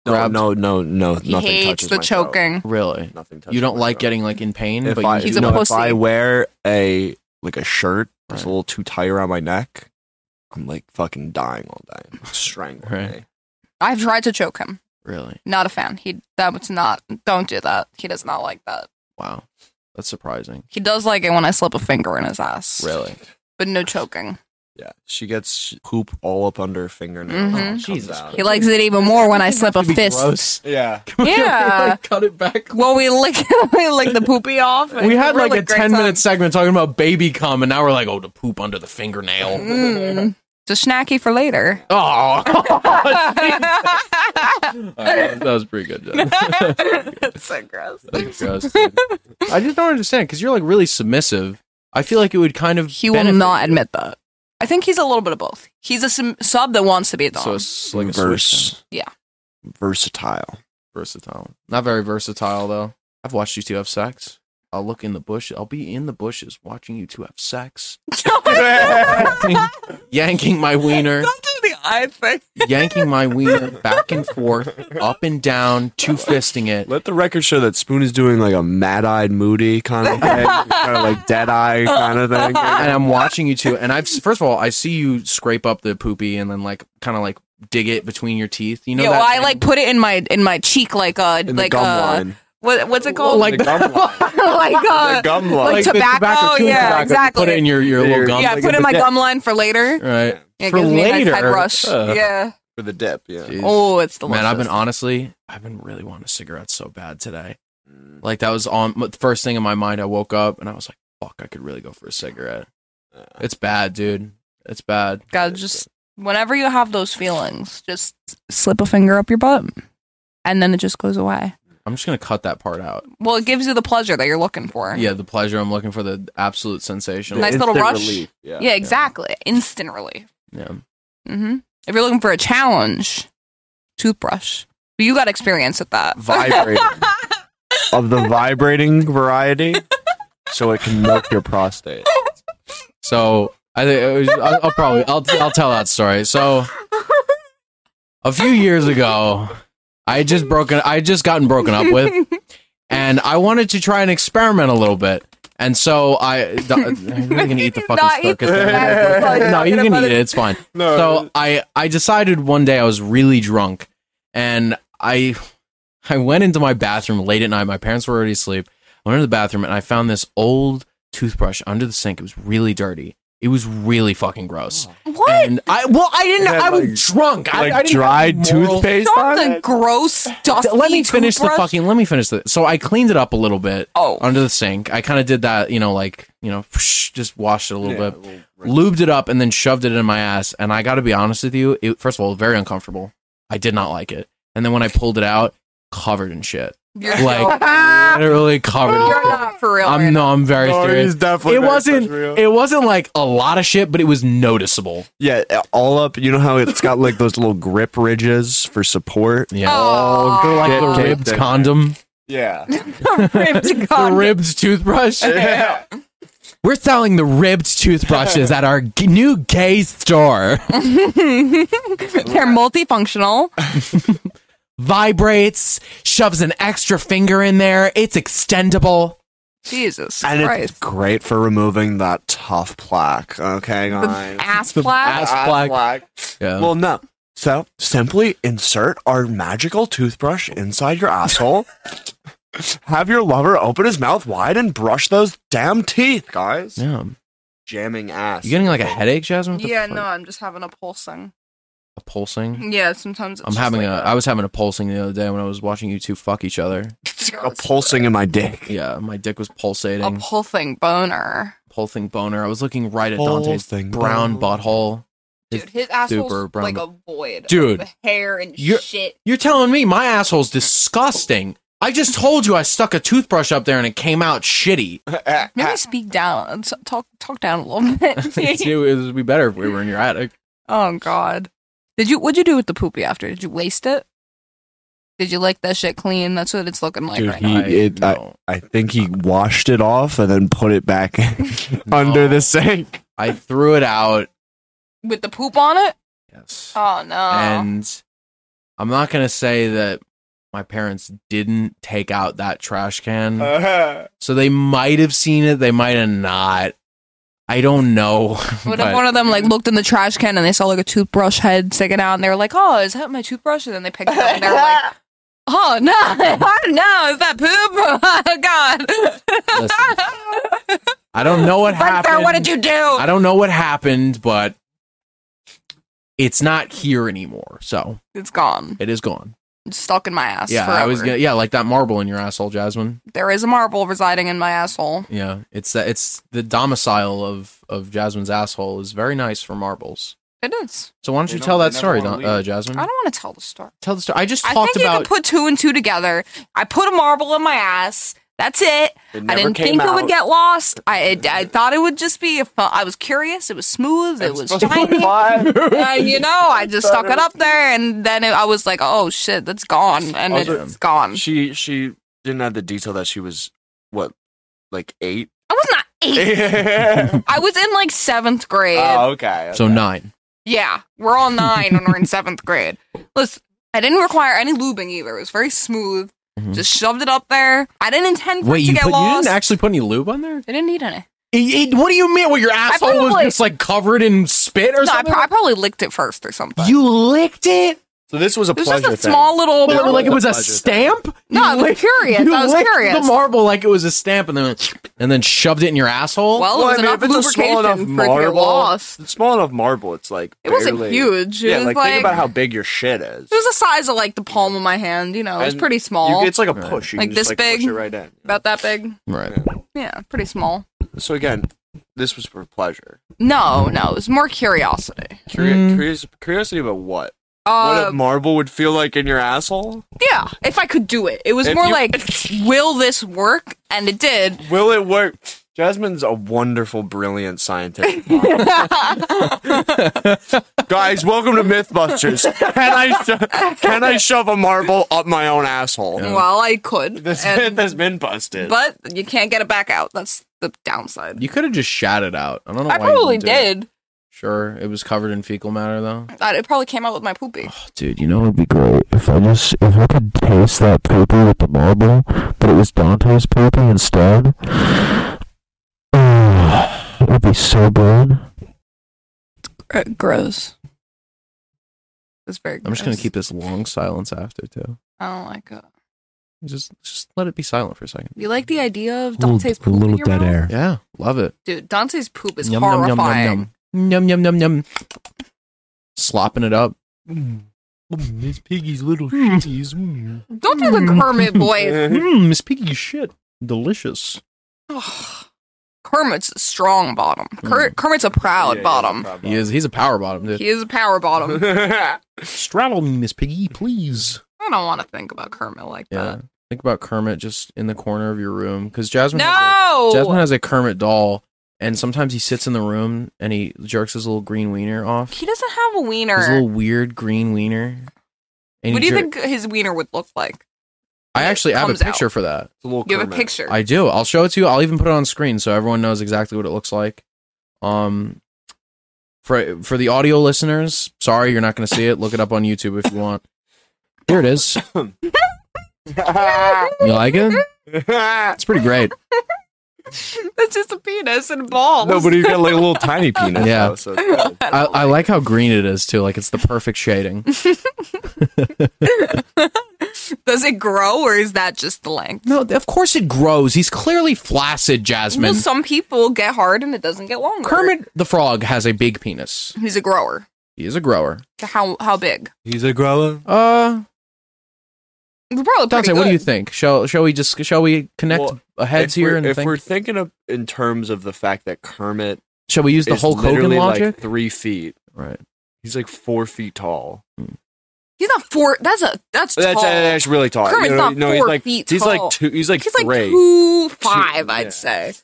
Speaker 2: grabbed?
Speaker 5: No, no, no, no.
Speaker 4: He
Speaker 5: nothing
Speaker 4: hates
Speaker 5: touches my
Speaker 4: the
Speaker 5: throat.
Speaker 4: choking.
Speaker 2: Really?
Speaker 5: Nothing. Touches
Speaker 2: You don't
Speaker 5: my
Speaker 2: like
Speaker 5: throat.
Speaker 2: getting like in pain,
Speaker 5: If
Speaker 2: but
Speaker 5: I,
Speaker 2: you
Speaker 4: He's
Speaker 2: do
Speaker 4: a
Speaker 5: no,
Speaker 2: know-
Speaker 5: if I
Speaker 4: pussy.
Speaker 5: wear a like a shirt that's
Speaker 2: Right.
Speaker 5: a little too tight around my neck, I'm like fucking dying all day. Strangled. eh?
Speaker 2: Right.
Speaker 5: me.
Speaker 4: I've tried to choke him.
Speaker 2: Really?
Speaker 4: Not a fan. He that was not. Don't do that. He does not like that.
Speaker 2: Wow, that's surprising.
Speaker 4: He does like it when I slip a finger in his ass.
Speaker 2: Really?
Speaker 4: But no choking.
Speaker 5: Yeah, she gets poop all up under her
Speaker 2: Mm-hmm.
Speaker 5: fingernail.
Speaker 4: Mhm.
Speaker 5: mm
Speaker 2: Jesus Christ.
Speaker 4: He likes it even more when I slip a
Speaker 2: That'd be
Speaker 4: fist.
Speaker 2: gross.
Speaker 5: Yeah.
Speaker 4: Yeah.
Speaker 2: cut it back.
Speaker 4: Well, we lick, we lick the poopy off.
Speaker 2: We had
Speaker 4: We're
Speaker 2: like a
Speaker 4: great
Speaker 2: ten minute
Speaker 4: times.
Speaker 2: segment talking about baby cum, and now we're like, oh, to poop under the fingernail.
Speaker 4: Mm. It's a snacky for later.
Speaker 2: Oh, that was pretty good. Jeff.
Speaker 4: it's so gross.
Speaker 2: That's gross, dude. I just don't understand because you're like really submissive. I feel like it would kind of
Speaker 4: He will
Speaker 2: benefit
Speaker 4: not
Speaker 2: you.
Speaker 4: admit that. I think he's a little bit of both. He's a sum- sub that wants to be a dom.
Speaker 2: So it's like a switch
Speaker 5: Verse.
Speaker 4: Yeah.
Speaker 5: Versatile.
Speaker 2: versatile. Not very versatile though. I've watched you two have sex. I'll look in the bush. I'll be in the bushes watching you two have sex, yanking my wiener,
Speaker 4: Don't do the eye thing.
Speaker 2: yanking my wiener back and forth, up and down, two fisting it.
Speaker 5: Let the record show that Spoon is doing like a mad-eyed, moody kind of thing, kind of like dead-eye
Speaker 2: Uh,
Speaker 5: kind of thing.
Speaker 2: And I'm watching you two. And I've first of all, I see you scrape up the poopy and then like kind of like dig it between your teeth. You know,
Speaker 4: yeah,
Speaker 2: that
Speaker 4: well, I
Speaker 2: thing?
Speaker 4: like put it in my in my cheek like a
Speaker 5: In
Speaker 4: like
Speaker 5: the gum
Speaker 4: a
Speaker 5: line.
Speaker 4: what, what's it
Speaker 2: Oh,
Speaker 4: called
Speaker 2: uh, like
Speaker 5: the gum line.
Speaker 4: like
Speaker 5: The
Speaker 4: uh,
Speaker 5: gum
Speaker 4: like
Speaker 5: line.
Speaker 2: the
Speaker 4: tobacco, Oh,
Speaker 2: chewing
Speaker 4: yeah, exactly.
Speaker 2: Put it in your your
Speaker 5: Your-
Speaker 2: little gum.
Speaker 4: yeah,
Speaker 5: like
Speaker 4: put
Speaker 5: in
Speaker 4: in
Speaker 5: the
Speaker 4: my
Speaker 5: dip.
Speaker 4: gum line for later.
Speaker 2: Right.
Speaker 4: Yeah, it
Speaker 2: For
Speaker 4: gives me a nice
Speaker 2: later.
Speaker 4: head rush.
Speaker 2: Ugh.
Speaker 4: yeah.
Speaker 5: for the dip, yeah.
Speaker 2: Jeez.
Speaker 4: Oh, it's delicious.
Speaker 2: Man, I've been honestly, I've been really wanting a cigarette so bad today.
Speaker 4: Mm.
Speaker 2: Like that was on the first thing in my mind. I woke up and I was like, "Fuck, I could really go for a cigarette." It's bad, dude. It's bad.
Speaker 4: God, just whenever you have those feelings, just slip a finger up your butt, and then it just goes away.
Speaker 2: I'm just gonna cut that part out.
Speaker 4: Well, it gives you the pleasure that you're looking for.
Speaker 2: Yeah, the pleasure I'm looking for, the absolute sensation.
Speaker 4: Nice
Speaker 5: The
Speaker 4: little
Speaker 5: instant
Speaker 4: rush.
Speaker 5: relief, Yeah.
Speaker 4: Yeah, exactly. Instant relief.
Speaker 2: Yeah.
Speaker 4: hmm If you're looking for a challenge, toothbrush. But you got experience with that.
Speaker 5: Vibrating. of the vibrating variety, so it can milk your prostate.
Speaker 2: So I think it was- I'll, I'll probably I'll I'll tell that story. So a few years ago, I had just broken I had just gotten broken up with, and I wanted to try and experiment a little bit. And so I, d- I'm really gonna eat the
Speaker 4: He's
Speaker 2: fucking
Speaker 4: not eating
Speaker 2: circus.
Speaker 5: that. He's
Speaker 2: no,
Speaker 4: talking
Speaker 2: you can
Speaker 4: about
Speaker 2: eat it.
Speaker 4: it.
Speaker 2: It's fine. So I, I decided one day I was really drunk, and I, I went into my bathroom late at night. My parents were already asleep. I went into the bathroom and I found this old toothbrush under the sink. It was really dirty. It was really fucking gross.
Speaker 4: What?
Speaker 2: And I, well, I didn't.
Speaker 5: It had,
Speaker 2: I was
Speaker 5: like-
Speaker 2: drunk.
Speaker 5: like
Speaker 2: I, I didn't
Speaker 5: dried
Speaker 2: have any moral-
Speaker 5: toothpaste
Speaker 4: Not
Speaker 5: on
Speaker 4: the
Speaker 5: it.
Speaker 4: gross, dusty.
Speaker 2: Let me finish the
Speaker 4: toothbrush.
Speaker 2: fucking. Let me finish the. So I cleaned it up a little bit
Speaker 4: Oh,
Speaker 2: under the sink. I kind of did that, you know, like you know, just washed it a little
Speaker 5: Yeah,
Speaker 2: bit
Speaker 5: well, right.
Speaker 2: lubed it up and then shoved it in my ass. And I got to be honest with you, it, first of all, very uncomfortable. I did not like it. And then when I pulled it out, covered in shit,
Speaker 4: you're
Speaker 2: like
Speaker 4: not-
Speaker 2: literally covered. In
Speaker 4: you're
Speaker 2: shit.
Speaker 4: not for real.
Speaker 2: I'm
Speaker 4: right
Speaker 2: no, I'm very
Speaker 5: No,
Speaker 2: serious.
Speaker 5: he's definitely
Speaker 2: It
Speaker 5: very
Speaker 2: wasn't-
Speaker 5: much real.
Speaker 2: It wasn't like a lot of shit, but it was noticeable.
Speaker 5: Yeah, all up. You know how it's got like those little grip ridges for support.
Speaker 4: now.
Speaker 2: Yeah,
Speaker 4: Oh,
Speaker 5: they're
Speaker 2: like
Speaker 5: Oh.
Speaker 2: the ribbed condom,
Speaker 5: Yeah.
Speaker 4: ribbed
Speaker 2: the
Speaker 4: condom.
Speaker 2: ribbed toothbrush.
Speaker 5: yeah.
Speaker 2: We're selling the ribbed toothbrushes at our g- new gay store.
Speaker 4: They're multifunctional.
Speaker 2: Vibrates, shoves an extra finger in there. It's extendable.
Speaker 4: Jesus
Speaker 5: And
Speaker 4: Christ.
Speaker 5: it's great for removing that tough plaque. Okay, guys.
Speaker 4: Ass plaque.
Speaker 2: ass plaque. Yeah.
Speaker 5: Well, no. So simply insert our magical toothbrush inside your asshole. Have your lover open his mouth wide and brush those damn teeth, guys.
Speaker 2: yeah.
Speaker 5: Jamming ass.
Speaker 2: You getting like a headache, Jasmine? What the
Speaker 4: Yeah,
Speaker 2: fuck?
Speaker 4: no, I'm just having a pulsing.
Speaker 2: A pulsing.
Speaker 4: Yeah, sometimes
Speaker 2: Mm-hmm.
Speaker 4: it's
Speaker 2: I'm
Speaker 4: just
Speaker 2: having
Speaker 4: like
Speaker 2: a. I was having a pulsing the other day when I was watching you two fuck each other.
Speaker 5: a pulsing in my dick.
Speaker 2: Yeah, my dick was
Speaker 4: a
Speaker 2: pulsating,
Speaker 4: pulsing boner.
Speaker 2: pulsing boner. I was looking right at Dante's
Speaker 5: Pulsing
Speaker 2: brown
Speaker 5: boner.
Speaker 2: butthole. It's
Speaker 4: Dude, his asshole's
Speaker 2: super brown.
Speaker 4: like a void.
Speaker 2: Dude.
Speaker 4: of hair and
Speaker 2: You're-
Speaker 4: shit.
Speaker 2: You're telling me my asshole's disgusting. I just told you I stuck a toothbrush up there and it came out shitty.
Speaker 4: Maybe speak down. T- Talk talk down a little bit.
Speaker 2: it would be better if we were in your attic.
Speaker 4: oh God. Did you? What'd you do with the poopy after? Did you waste it? Did you lick that shit clean? That's what it's looking like
Speaker 5: Dude,
Speaker 4: right
Speaker 5: he-
Speaker 4: now.
Speaker 2: I,
Speaker 5: it- I-
Speaker 2: no.
Speaker 5: I think he washed it off and then put it back
Speaker 2: No.
Speaker 5: under the sink.
Speaker 2: I threw it out.
Speaker 4: With the poop on it?
Speaker 2: Yes.
Speaker 4: Oh no.
Speaker 2: and I'm not gonna say that my parents didn't take out that trash can. So they might have seen it. They might have not. I don't know.
Speaker 4: What
Speaker 2: but-
Speaker 4: if one of them like looked in the trash can and they saw like a toothbrush head sticking out and they were like, "Oh, is that my toothbrush?" And then they picked it up and they were like, "Oh no, oh no, is that Oh, poop? Oh God!"
Speaker 2: I don't know what
Speaker 4: Brother,
Speaker 2: happened.
Speaker 4: what did you do?
Speaker 2: I don't know what happened, but it's not here anymore. So
Speaker 4: It's gone.
Speaker 2: it is gone.
Speaker 4: It's stuck in my ass.
Speaker 2: Yeah,
Speaker 4: forever.
Speaker 2: I was gonna, yeah, like that marble in your asshole, Jasmine.
Speaker 4: There is a marble residing in my asshole.
Speaker 2: Yeah, it's that it's the domicile of of Jasmine's asshole is very nice for marbles.
Speaker 4: It is.
Speaker 2: So why don't
Speaker 5: They
Speaker 2: you
Speaker 5: don't-
Speaker 2: tell
Speaker 5: they
Speaker 2: that
Speaker 5: never
Speaker 2: story,
Speaker 5: wanna
Speaker 2: Don-
Speaker 5: leave.
Speaker 2: uh, Jasmine?
Speaker 4: I don't want to tell the story.
Speaker 2: tell the story. I just
Speaker 4: I
Speaker 2: talked
Speaker 4: think you
Speaker 2: about
Speaker 4: can put two and two together. I put a marble in my ass. That's it.
Speaker 5: It
Speaker 4: I
Speaker 5: never
Speaker 4: didn't
Speaker 5: came
Speaker 4: think it would
Speaker 5: out.
Speaker 4: get lost. I it, I thought it would just be. A fun, I was curious. It was smooth. It was shiny. And you know, I just stuck it up there, and then it, I was like, "Oh shit, that's gone," and
Speaker 5: Also-
Speaker 4: it's gone.
Speaker 5: She she didn't have the detail that she was what like eight.
Speaker 4: I was not eight.
Speaker 5: oh,
Speaker 4: I was in like seventh grade.
Speaker 2: Oh.
Speaker 5: okay.
Speaker 2: so nine.
Speaker 4: Yeah, we're all nine when we're in seventh grade. Listen, I didn't require any lubing either. It was very smooth.
Speaker 2: Mhm.
Speaker 4: Just shoved it up there. I didn't intend for
Speaker 2: Wait,
Speaker 4: it to
Speaker 2: you,
Speaker 4: get
Speaker 2: put, you
Speaker 4: lost.
Speaker 2: didn't actually put any lube on there?
Speaker 4: I didn't need any.
Speaker 2: It- it- what do you mean? What your asshole was
Speaker 4: probably-
Speaker 2: just like covered in spit or
Speaker 4: No, I,
Speaker 2: something?
Speaker 4: pro- I probably licked it first or something.
Speaker 2: you licked it.
Speaker 5: So this was a
Speaker 4: it was
Speaker 5: pleasure
Speaker 4: just a
Speaker 5: thing.
Speaker 4: small little.
Speaker 2: Well,
Speaker 5: Yeah.
Speaker 2: like it was a
Speaker 5: Pleasure thing.
Speaker 2: stamp.
Speaker 4: No,
Speaker 2: You
Speaker 4: I was
Speaker 2: licked-
Speaker 4: curious.
Speaker 2: you
Speaker 4: I was
Speaker 2: licked The
Speaker 4: curious.
Speaker 2: marble like it was a stamp, and then and then shoved it in your asshole.
Speaker 4: well,
Speaker 5: Well,
Speaker 4: it was
Speaker 5: I mean,
Speaker 4: enough
Speaker 5: if it's a small enough
Speaker 4: lubrication for it to get
Speaker 5: marble-
Speaker 4: lost.
Speaker 5: It's small enough marble. It's like
Speaker 4: It wasn't
Speaker 5: barely-
Speaker 4: huge. It
Speaker 5: Yeah,
Speaker 4: was
Speaker 5: like,
Speaker 4: like,
Speaker 5: think about how big your shit is.
Speaker 4: it was the size of like the palm of my hand. You know, it was
Speaker 5: And
Speaker 4: pretty small.
Speaker 5: You- it's like a
Speaker 2: Right.
Speaker 5: push. You
Speaker 4: Like
Speaker 5: can
Speaker 4: this
Speaker 5: just, like,
Speaker 4: big?
Speaker 5: Push it right in.
Speaker 4: about that big.
Speaker 2: right.
Speaker 4: Yeah, pretty small.
Speaker 5: So again, this was for pleasure.
Speaker 4: No, no, it was more curiosity.
Speaker 5: Curi-
Speaker 2: Mm.
Speaker 5: curious, curiosity about what? what
Speaker 4: Uh,
Speaker 5: a marble would feel like in your asshole?
Speaker 4: yeah, if I could do it, it was
Speaker 5: If
Speaker 4: more
Speaker 5: you-
Speaker 4: like, will this work? And it did.
Speaker 5: Will it work? Jasmine's a wonderful, brilliant scientist. Guys, welcome to MythBusters. Can I sho- can I shove a marble up my own asshole?
Speaker 4: Well, I could,
Speaker 5: This
Speaker 4: and-
Speaker 5: has been busted.
Speaker 4: but you can't get it back out. That's the downside.
Speaker 2: You could have just shat it out. I don't know.
Speaker 4: I
Speaker 2: why you
Speaker 4: probably
Speaker 2: didn't do it.
Speaker 4: did.
Speaker 2: Sure, it was covered in fecal matter though.
Speaker 4: I, it probably came out with my poopy.
Speaker 1: Dude, you know it'd be great if I just if I could taste that poopy with the marble, but it was Dante's poopy instead. Oh, it'd be so good.
Speaker 4: Uh, gross. It's very.
Speaker 2: I'm just gonna keep this long silence after too.
Speaker 4: I don't like it.
Speaker 2: Just just let it be silent for a second.
Speaker 4: You like the idea of
Speaker 1: Little-
Speaker 4: Dante's poop in
Speaker 1: little
Speaker 4: your
Speaker 1: dead
Speaker 4: mouth?
Speaker 1: air.
Speaker 2: Yeah, love it.
Speaker 4: Dude, Dante's poop is
Speaker 2: Yum, yum, yum, yum,
Speaker 4: horrifying.
Speaker 2: Yum yum yum yum. Slopping it up.
Speaker 1: Mm, Miss Piggy's little
Speaker 4: Hmm.
Speaker 1: shitties.
Speaker 4: Don't do
Speaker 1: Mm.
Speaker 4: the Kermit voice.
Speaker 2: Mmm, Miss Piggy's shit. Delicious.
Speaker 4: Ugh. Kermit's a strong bottom.
Speaker 2: Mm.
Speaker 4: Ker- Kermit's a proud bottom.
Speaker 2: He is he's a power bottom, dude.
Speaker 4: He is a power bottom.
Speaker 2: Straddle me, Miss Piggy, please.
Speaker 4: I don't want to think about Kermit like
Speaker 2: Yeah. Think about Kermit just in the corner of your room. Because Jasmine has a-
Speaker 4: that.
Speaker 2: Jasmine
Speaker 4: No!
Speaker 2: has a Kermit doll, and sometimes he sits in the room and he jerks his little green wiener off.
Speaker 4: He doesn't have a
Speaker 2: His
Speaker 4: wiener.
Speaker 2: little weird green wiener. And
Speaker 4: What do
Speaker 2: he
Speaker 4: you
Speaker 2: jer-
Speaker 4: think his wiener would look like?
Speaker 2: I actually have a
Speaker 4: comes out?
Speaker 2: picture for that.
Speaker 4: You have a picture.
Speaker 2: I do. I'll show it to you. I'll even put it on screen so everyone knows exactly what it looks like. Um, for for the audio listeners, sorry you're not going to see it. Look it up on YouTube if you want. Here it is. You like it? It's pretty great.
Speaker 4: That's just a penis and balls.
Speaker 5: no, but you got like a little tiny penis.
Speaker 2: Yeah.
Speaker 5: though, so it's good.
Speaker 2: I, I like how green it is too. Like it's the perfect shading.
Speaker 4: Does it grow or is that just the length?
Speaker 2: No, of course it grows. He's clearly flaccid, Jasmine.
Speaker 4: Well, some people get hard and it doesn't get longer.
Speaker 2: Kermit the Frog has a big penis.
Speaker 4: he's a grower.
Speaker 2: He is a grower.
Speaker 4: How how big?
Speaker 5: He's a grower.
Speaker 2: Uh,
Speaker 4: It's probably pretty
Speaker 2: Dante, what do
Speaker 4: good.
Speaker 2: you think? Shall Shall we just Shall we connect
Speaker 5: Well,
Speaker 2: heads
Speaker 5: if
Speaker 2: here
Speaker 5: we're-
Speaker 2: and
Speaker 5: if
Speaker 2: think?
Speaker 5: we're thinking of in terms of the fact that Kermit
Speaker 2: Shall we use the
Speaker 5: is
Speaker 2: whole Hogan
Speaker 5: literally
Speaker 2: logic?
Speaker 5: like three feet,
Speaker 2: right.
Speaker 5: he's like four feet tall.
Speaker 4: He's not four. That's a that's tall.
Speaker 5: That's that's really tall.
Speaker 4: Kermit's
Speaker 5: You know,
Speaker 4: not
Speaker 5: no, he's
Speaker 4: four
Speaker 5: like
Speaker 4: feet
Speaker 5: he's
Speaker 4: tall.
Speaker 5: like two. He's like
Speaker 4: He's like
Speaker 5: three.
Speaker 4: two five,
Speaker 5: Two-
Speaker 4: I'd
Speaker 5: yeah.
Speaker 4: say.
Speaker 5: So,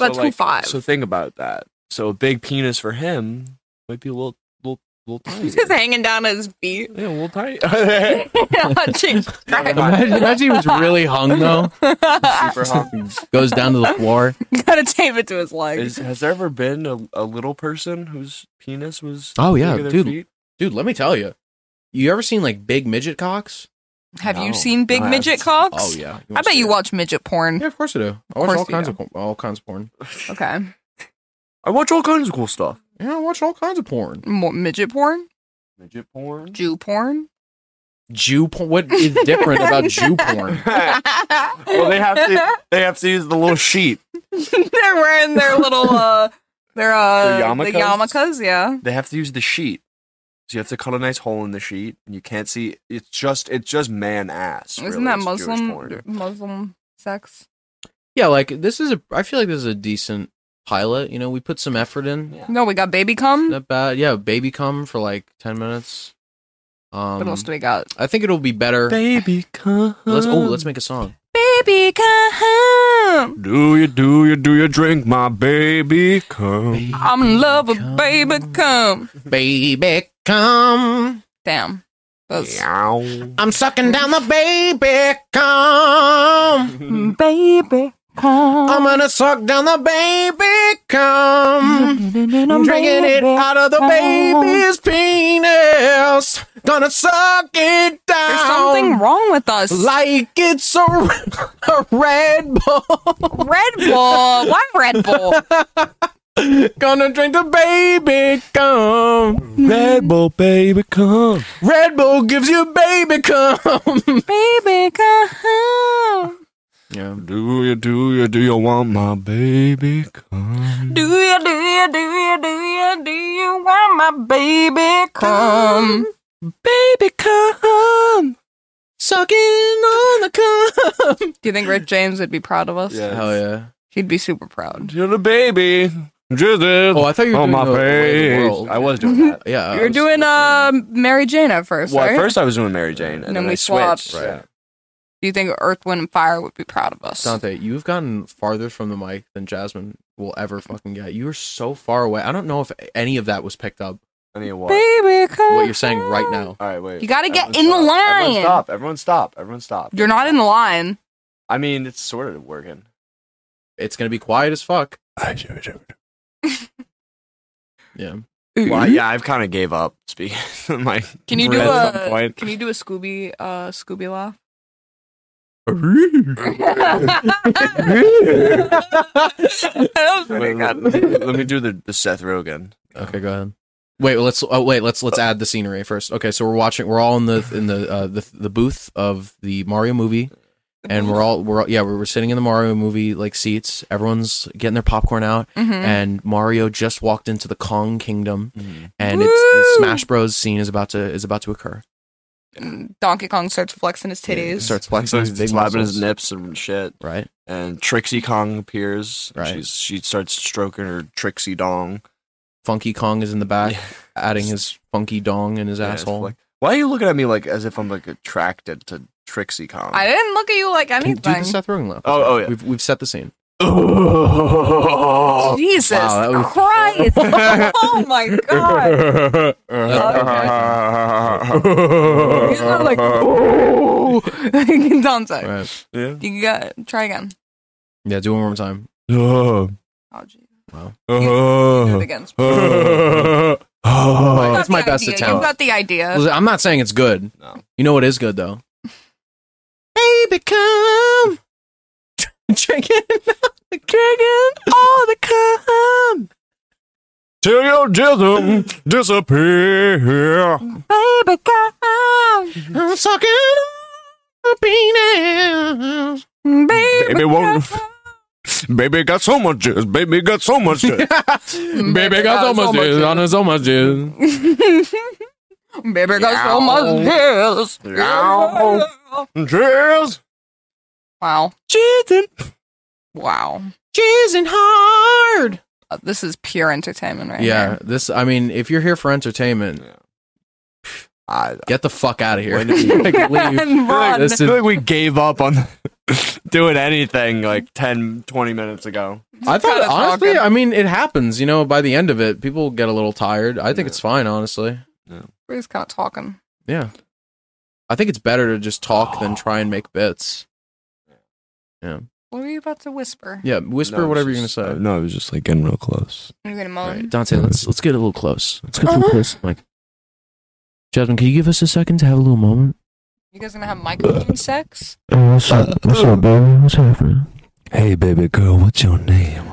Speaker 4: About two
Speaker 5: like,
Speaker 4: five.
Speaker 5: So think about that. So a big penis for him might be a little, little, little tiny.
Speaker 4: Just hanging down at his feet.
Speaker 5: yeah, a little tiny. Super
Speaker 4: Watching crack.
Speaker 2: Imagine, imagine he was really hung though.
Speaker 5: hot.
Speaker 2: Goes down to the floor.
Speaker 4: Gotta tape it to his leg.
Speaker 5: Is, has there ever been a, a little person whose penis was?
Speaker 2: Oh, yeah,
Speaker 5: bigger than
Speaker 2: dude.
Speaker 5: Feet?
Speaker 2: Dude, let me tell you. You ever seen like big midget cocks?
Speaker 4: Have you
Speaker 5: No.
Speaker 4: seen Big
Speaker 5: No, I
Speaker 4: Midget
Speaker 5: haven't.
Speaker 4: Cocks?
Speaker 2: Oh yeah.
Speaker 4: I bet you
Speaker 2: watch.
Speaker 4: watch midget porn.
Speaker 2: Yeah, of course I do. I watch
Speaker 4: course
Speaker 2: all
Speaker 4: you
Speaker 2: kinds
Speaker 4: do.
Speaker 2: of por- all kinds of porn.
Speaker 4: Okay.
Speaker 5: I watch all kinds of cool stuff.
Speaker 2: Yeah, I watch all kinds of porn.
Speaker 4: More midget porn?
Speaker 5: Midget porn.
Speaker 4: Jew porn?
Speaker 2: Jew porn. What is different about Jew porn?
Speaker 5: well, they have to. They have to use the little sheet.
Speaker 4: They're wearing their little uh their uh
Speaker 5: Their
Speaker 4: the
Speaker 5: yarmulkes?
Speaker 4: yarmulkes, yeah.
Speaker 5: They have to use the sheet. So you have to cut a nice hole in the sheet, and you can't see. It's just. It's just man ass. really.
Speaker 4: Isn't that
Speaker 5: It's Jewish
Speaker 4: Muslim
Speaker 5: porn.
Speaker 4: Muslim sex?
Speaker 2: Yeah, like this is a. I feel like this is a decent pilot. You know, we put some effort in.
Speaker 5: Yeah.
Speaker 4: No, we got baby cum.
Speaker 2: Not bad. Yeah, baby come for like ten minutes. Um,
Speaker 4: what else do we got?
Speaker 2: I think it'll be better.
Speaker 5: Baby, come.
Speaker 2: Let's oh, let's make a song.
Speaker 4: Baby cum.
Speaker 5: Do you do you do you drink my baby? Come.
Speaker 4: I'm in love with baby cum.
Speaker 2: Baby come.
Speaker 4: Damn. That's
Speaker 5: Meow.
Speaker 2: I'm sucking down the baby come.
Speaker 4: baby cum.
Speaker 2: I'm gonna suck down the baby come.
Speaker 4: I'm
Speaker 2: Mm. I'm drinking it out of the baby's penis. Gonna suck it down.
Speaker 4: There's something wrong with us.
Speaker 2: like it's a, a Red Bull.
Speaker 4: Red Bull. Why Red Bull?
Speaker 2: Gonna drink the baby cum.
Speaker 6: Red
Speaker 5: oh,
Speaker 6: Bull, baby, come.
Speaker 2: Red Bull gives you baby cum.
Speaker 4: baby come.
Speaker 2: Yeah.
Speaker 5: Do you do you do you want my baby? Come.
Speaker 4: Do you, do you, do you, do you, do you want my baby
Speaker 2: Mm.
Speaker 4: come?
Speaker 2: Baby cum. Sucking on the cum.
Speaker 4: Do you think Rick James would be proud of us?
Speaker 5: Yeah.
Speaker 2: Hell yeah.
Speaker 4: He'd be super proud.
Speaker 5: You're the baby. Jizzed.
Speaker 2: Oh, I thought you were
Speaker 5: on
Speaker 2: doing
Speaker 5: my
Speaker 2: the, way of the
Speaker 5: face.
Speaker 2: world.
Speaker 5: I was doing that.
Speaker 2: yeah.
Speaker 4: You're doing uh, Mary Jane at first,
Speaker 5: Well,
Speaker 4: right?
Speaker 5: at first I was doing Mary Jane, and,
Speaker 4: And
Speaker 5: then,
Speaker 4: then we
Speaker 5: I switched.
Speaker 4: swapped. Do you think Earth, Wind, and Fire would be proud of us?
Speaker 2: Dante, you've gotten farther from the mic than Jasmine will ever fucking get. You are so far away. I don't know if any of that was picked up.
Speaker 5: I need what?
Speaker 4: Baby come.
Speaker 2: What you're saying right now.
Speaker 5: All right, wait.
Speaker 4: You gotta get
Speaker 5: Everyone
Speaker 4: in the
Speaker 5: stop.
Speaker 4: line.
Speaker 5: Everyone stop. Everyone stop. Everyone stop.
Speaker 4: You're not in the line.
Speaker 5: I mean, it's sort of working.
Speaker 2: It's gonna be quiet as fuck.
Speaker 6: I do, I do.
Speaker 2: Yeah.
Speaker 5: Well,
Speaker 2: Mm-hmm.
Speaker 5: yeah, I've kind of gave up speaking. my
Speaker 4: Can you do
Speaker 5: at some
Speaker 4: a
Speaker 5: point.
Speaker 4: Can you do a Scooby uh Scooby laugh?
Speaker 5: Wait, let,
Speaker 4: That was
Speaker 5: let me, let me do the, the Seth Rogen.
Speaker 2: Okay, go ahead. Wait, well, let's oh, wait, let's let's add the scenery first. Okay, so we're watching we're all in the in the uh the, the booth of the Mario movie and we're all we're all, yeah, we were sitting in the Mario movie like seats. Everyone's getting their popcorn out
Speaker 4: hmm
Speaker 2: and Mario just walked into the Kong Kingdom and it's
Speaker 4: Woo!
Speaker 2: the Smash Bros scene is about to is about to occur.
Speaker 4: Donkey Kong starts flexing his
Speaker 2: He
Speaker 4: titties.
Speaker 2: starts flexing his big
Speaker 5: slapping his
Speaker 2: muscles.
Speaker 5: nips and shit.
Speaker 2: Right.
Speaker 5: And Trixie Kong appears. and
Speaker 2: Right.
Speaker 5: She's, she starts stroking her Trixie dong.
Speaker 2: Funky Kong is in the back, adding his funky dong in his
Speaker 5: Yeah, it's
Speaker 2: asshole.
Speaker 5: like- Why are you looking at me like as if I'm like attracted to Trixie Kong?
Speaker 4: I didn't look at you like
Speaker 2: Can you do
Speaker 4: anything.
Speaker 2: the Seth Rogen laugh.
Speaker 5: Oh, oh, yeah.
Speaker 2: We've we've set the scene.
Speaker 5: oh,
Speaker 4: Jesus
Speaker 2: Oh, Wow, that was-
Speaker 4: Christ! oh my god! He's not like, oh, Dante.
Speaker 2: Right.
Speaker 5: yeah.
Speaker 4: You got try again.
Speaker 2: Yeah, do it one more time.
Speaker 4: Oh, gee. Do it
Speaker 6: Uh,
Speaker 4: again.
Speaker 6: uh, uh.
Speaker 4: You got
Speaker 2: That's my
Speaker 4: the
Speaker 2: best
Speaker 4: idea. You
Speaker 2: attempt.
Speaker 4: got the idea.
Speaker 2: Listen, I'm not saying it's good.
Speaker 5: No.
Speaker 2: You know what is good though. Baby, come drinking, drinking all the cum.
Speaker 6: Till your jism disappear.
Speaker 4: Baby, come,
Speaker 2: I'm sucking on the
Speaker 4: baby,
Speaker 6: Baby won't. Baby got so much jizz. Baby got so much jizz.
Speaker 2: penis. Baby got so much jizz on his so much jizz.
Speaker 4: baby got so much jizz.
Speaker 5: Yow.
Speaker 6: jizz.
Speaker 4: Wow,
Speaker 2: Jizzing,
Speaker 4: wow.
Speaker 2: jizzing hard.
Speaker 4: Uh, This is pure entertainment, right?
Speaker 2: Yeah, this. I mean, if you're here for entertainment,
Speaker 5: I,
Speaker 2: get the fuck out of here.
Speaker 5: When did we-
Speaker 2: Like,
Speaker 4: Here.
Speaker 2: leave.
Speaker 4: and run.
Speaker 2: This
Speaker 5: I
Speaker 2: is-
Speaker 5: feel like we gave up on doing anything like 10, 20 minutes ago.
Speaker 2: I thought
Speaker 4: kinda
Speaker 2: honestly,
Speaker 4: talking.
Speaker 2: I mean, it happens. You know, by the end of it, people get a little tired. I think
Speaker 5: Yeah.
Speaker 2: it's fine, honestly.
Speaker 4: We're just kind of talking.
Speaker 2: Yeah, I think it's better to just talk than try and make bits.
Speaker 4: What were you about to whisper?
Speaker 2: Yeah, whisper
Speaker 5: No, it's
Speaker 2: whatever
Speaker 5: just- um,
Speaker 2: you're gonna say.
Speaker 6: no, it was just like getting real close.
Speaker 4: You're gonna
Speaker 2: All
Speaker 4: moan.
Speaker 2: right, Dante, let's let's get a little close. Let's get a
Speaker 4: Uh-huh.
Speaker 2: little close, Mike.
Speaker 1: Jasmine, can you give us a second to have a little moment?
Speaker 4: You guys gonna have microphone sex?
Speaker 1: Hey, what's up? What's up, baby? What's happening?
Speaker 6: Hey, baby girl, what's your name?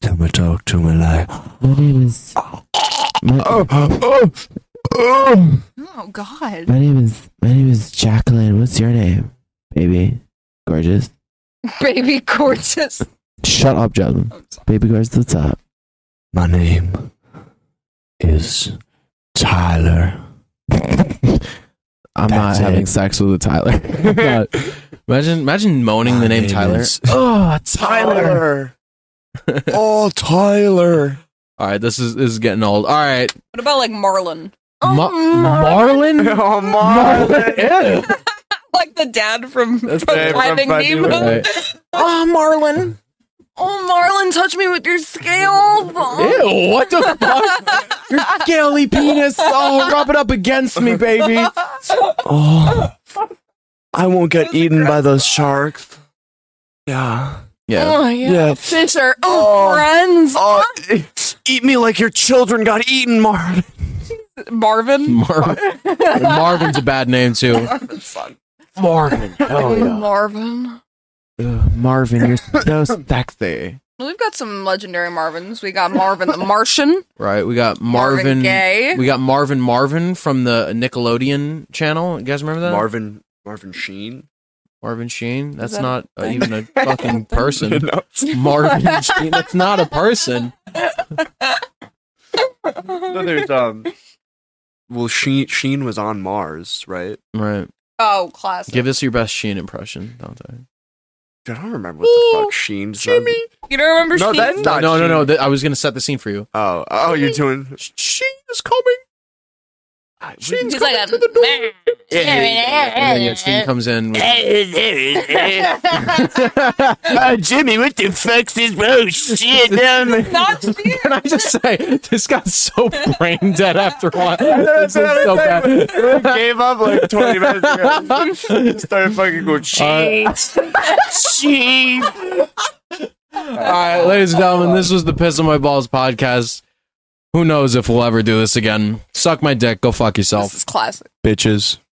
Speaker 6: Tell me, talk to me like.
Speaker 1: My name is.
Speaker 6: Uh,
Speaker 1: My,
Speaker 6: um,
Speaker 4: Oh God.
Speaker 1: my name is. My name is Jacqueline. What's your name, baby? Gorgeous.
Speaker 4: Baby gorgeous.
Speaker 1: Shut up, Jasmine.
Speaker 4: I'm sorry.
Speaker 1: Baby gorgeous, what's up?
Speaker 6: My name is Tyler.
Speaker 2: I'm
Speaker 6: That's
Speaker 2: not having
Speaker 6: it.
Speaker 2: sex with a Tyler. I'm not. imagine, imagine moaning
Speaker 6: My
Speaker 2: the name
Speaker 6: name
Speaker 2: Tyler.
Speaker 6: is-
Speaker 2: Oh, Tyler.
Speaker 6: oh, Tyler.
Speaker 2: All right, this is this is getting old. All right,
Speaker 4: What about like Marlon? Oh,
Speaker 2: Ma- Marlin.
Speaker 5: Oh,
Speaker 2: Marlin. Ew.
Speaker 4: Like the dad from, from
Speaker 5: dad from
Speaker 4: Finding
Speaker 5: Finding
Speaker 4: Nemo.
Speaker 2: Right.
Speaker 4: Oh Marlon. Oh Marlon, touch me with your scale. Oh.
Speaker 2: Ew, what the fuck? Your scaly penis. Oh, rub it up against me, baby.
Speaker 5: Oh, I won't get eaten by those sharks. Yeah.
Speaker 2: Yeah.
Speaker 4: Oh, yeah.
Speaker 5: Yeah.
Speaker 4: Fish are oh, friends.
Speaker 5: Oh, eat me like your children got eaten, Marvin.
Speaker 4: Marvin.
Speaker 2: Marvin. Marvin's a bad name, too.
Speaker 4: Marvin's son.
Speaker 1: Marvin.
Speaker 2: Oh,
Speaker 1: Hell yeah.
Speaker 4: Marvin.
Speaker 1: Ugh, Marvin, you're so sexy.
Speaker 4: We've got some legendary Marvins. We got Marvin the Martian,
Speaker 2: Right. We got
Speaker 4: Marvin,
Speaker 2: Marvin.
Speaker 4: Gaye.
Speaker 2: we got Marvin Marvin from the Nickelodeon channel. You guys remember that?
Speaker 5: Marvin Marvin Sheen.
Speaker 2: Marvin Sheen. That's
Speaker 4: that a
Speaker 2: not uh,
Speaker 4: thing?
Speaker 2: even a fucking person.
Speaker 5: No.
Speaker 2: Marvin Sheen. That's not a person.
Speaker 5: No, there's um. Well, Sheen Sheen was on Mars, right?
Speaker 2: Right.
Speaker 4: oh, classic.
Speaker 2: Give us your best Sheen impression, Dante.
Speaker 5: I don't remember what the fuck Sheen said.
Speaker 4: you don't remember?
Speaker 5: No,
Speaker 4: Sheen?
Speaker 5: that's not.
Speaker 2: no, no, no.
Speaker 5: Sheen.
Speaker 2: Th- I was gonna set the scene for you.
Speaker 5: Oh, oh, you're doing.
Speaker 2: Sheen is coming.
Speaker 5: I-
Speaker 2: Sheen's
Speaker 4: He's like
Speaker 2: coming
Speaker 4: a-
Speaker 2: to the door. And then yeah, Sheen comes in. With,
Speaker 6: Oh, Jimmy, what the fuck's this? Oh, shit, down
Speaker 4: not Sheen.
Speaker 2: Can I just say this got so brain dead after a while? This is so bad.
Speaker 5: gave up like 20 minutes ago. Started fucking going.
Speaker 6: Shit.
Speaker 2: All right, ladies and gentlemen, this was the Piss on My Balls podcast. Who knows if we'll ever do this again? Suck my dick. Go fuck
Speaker 4: This
Speaker 2: yourself.
Speaker 4: is classic.
Speaker 6: Bitches.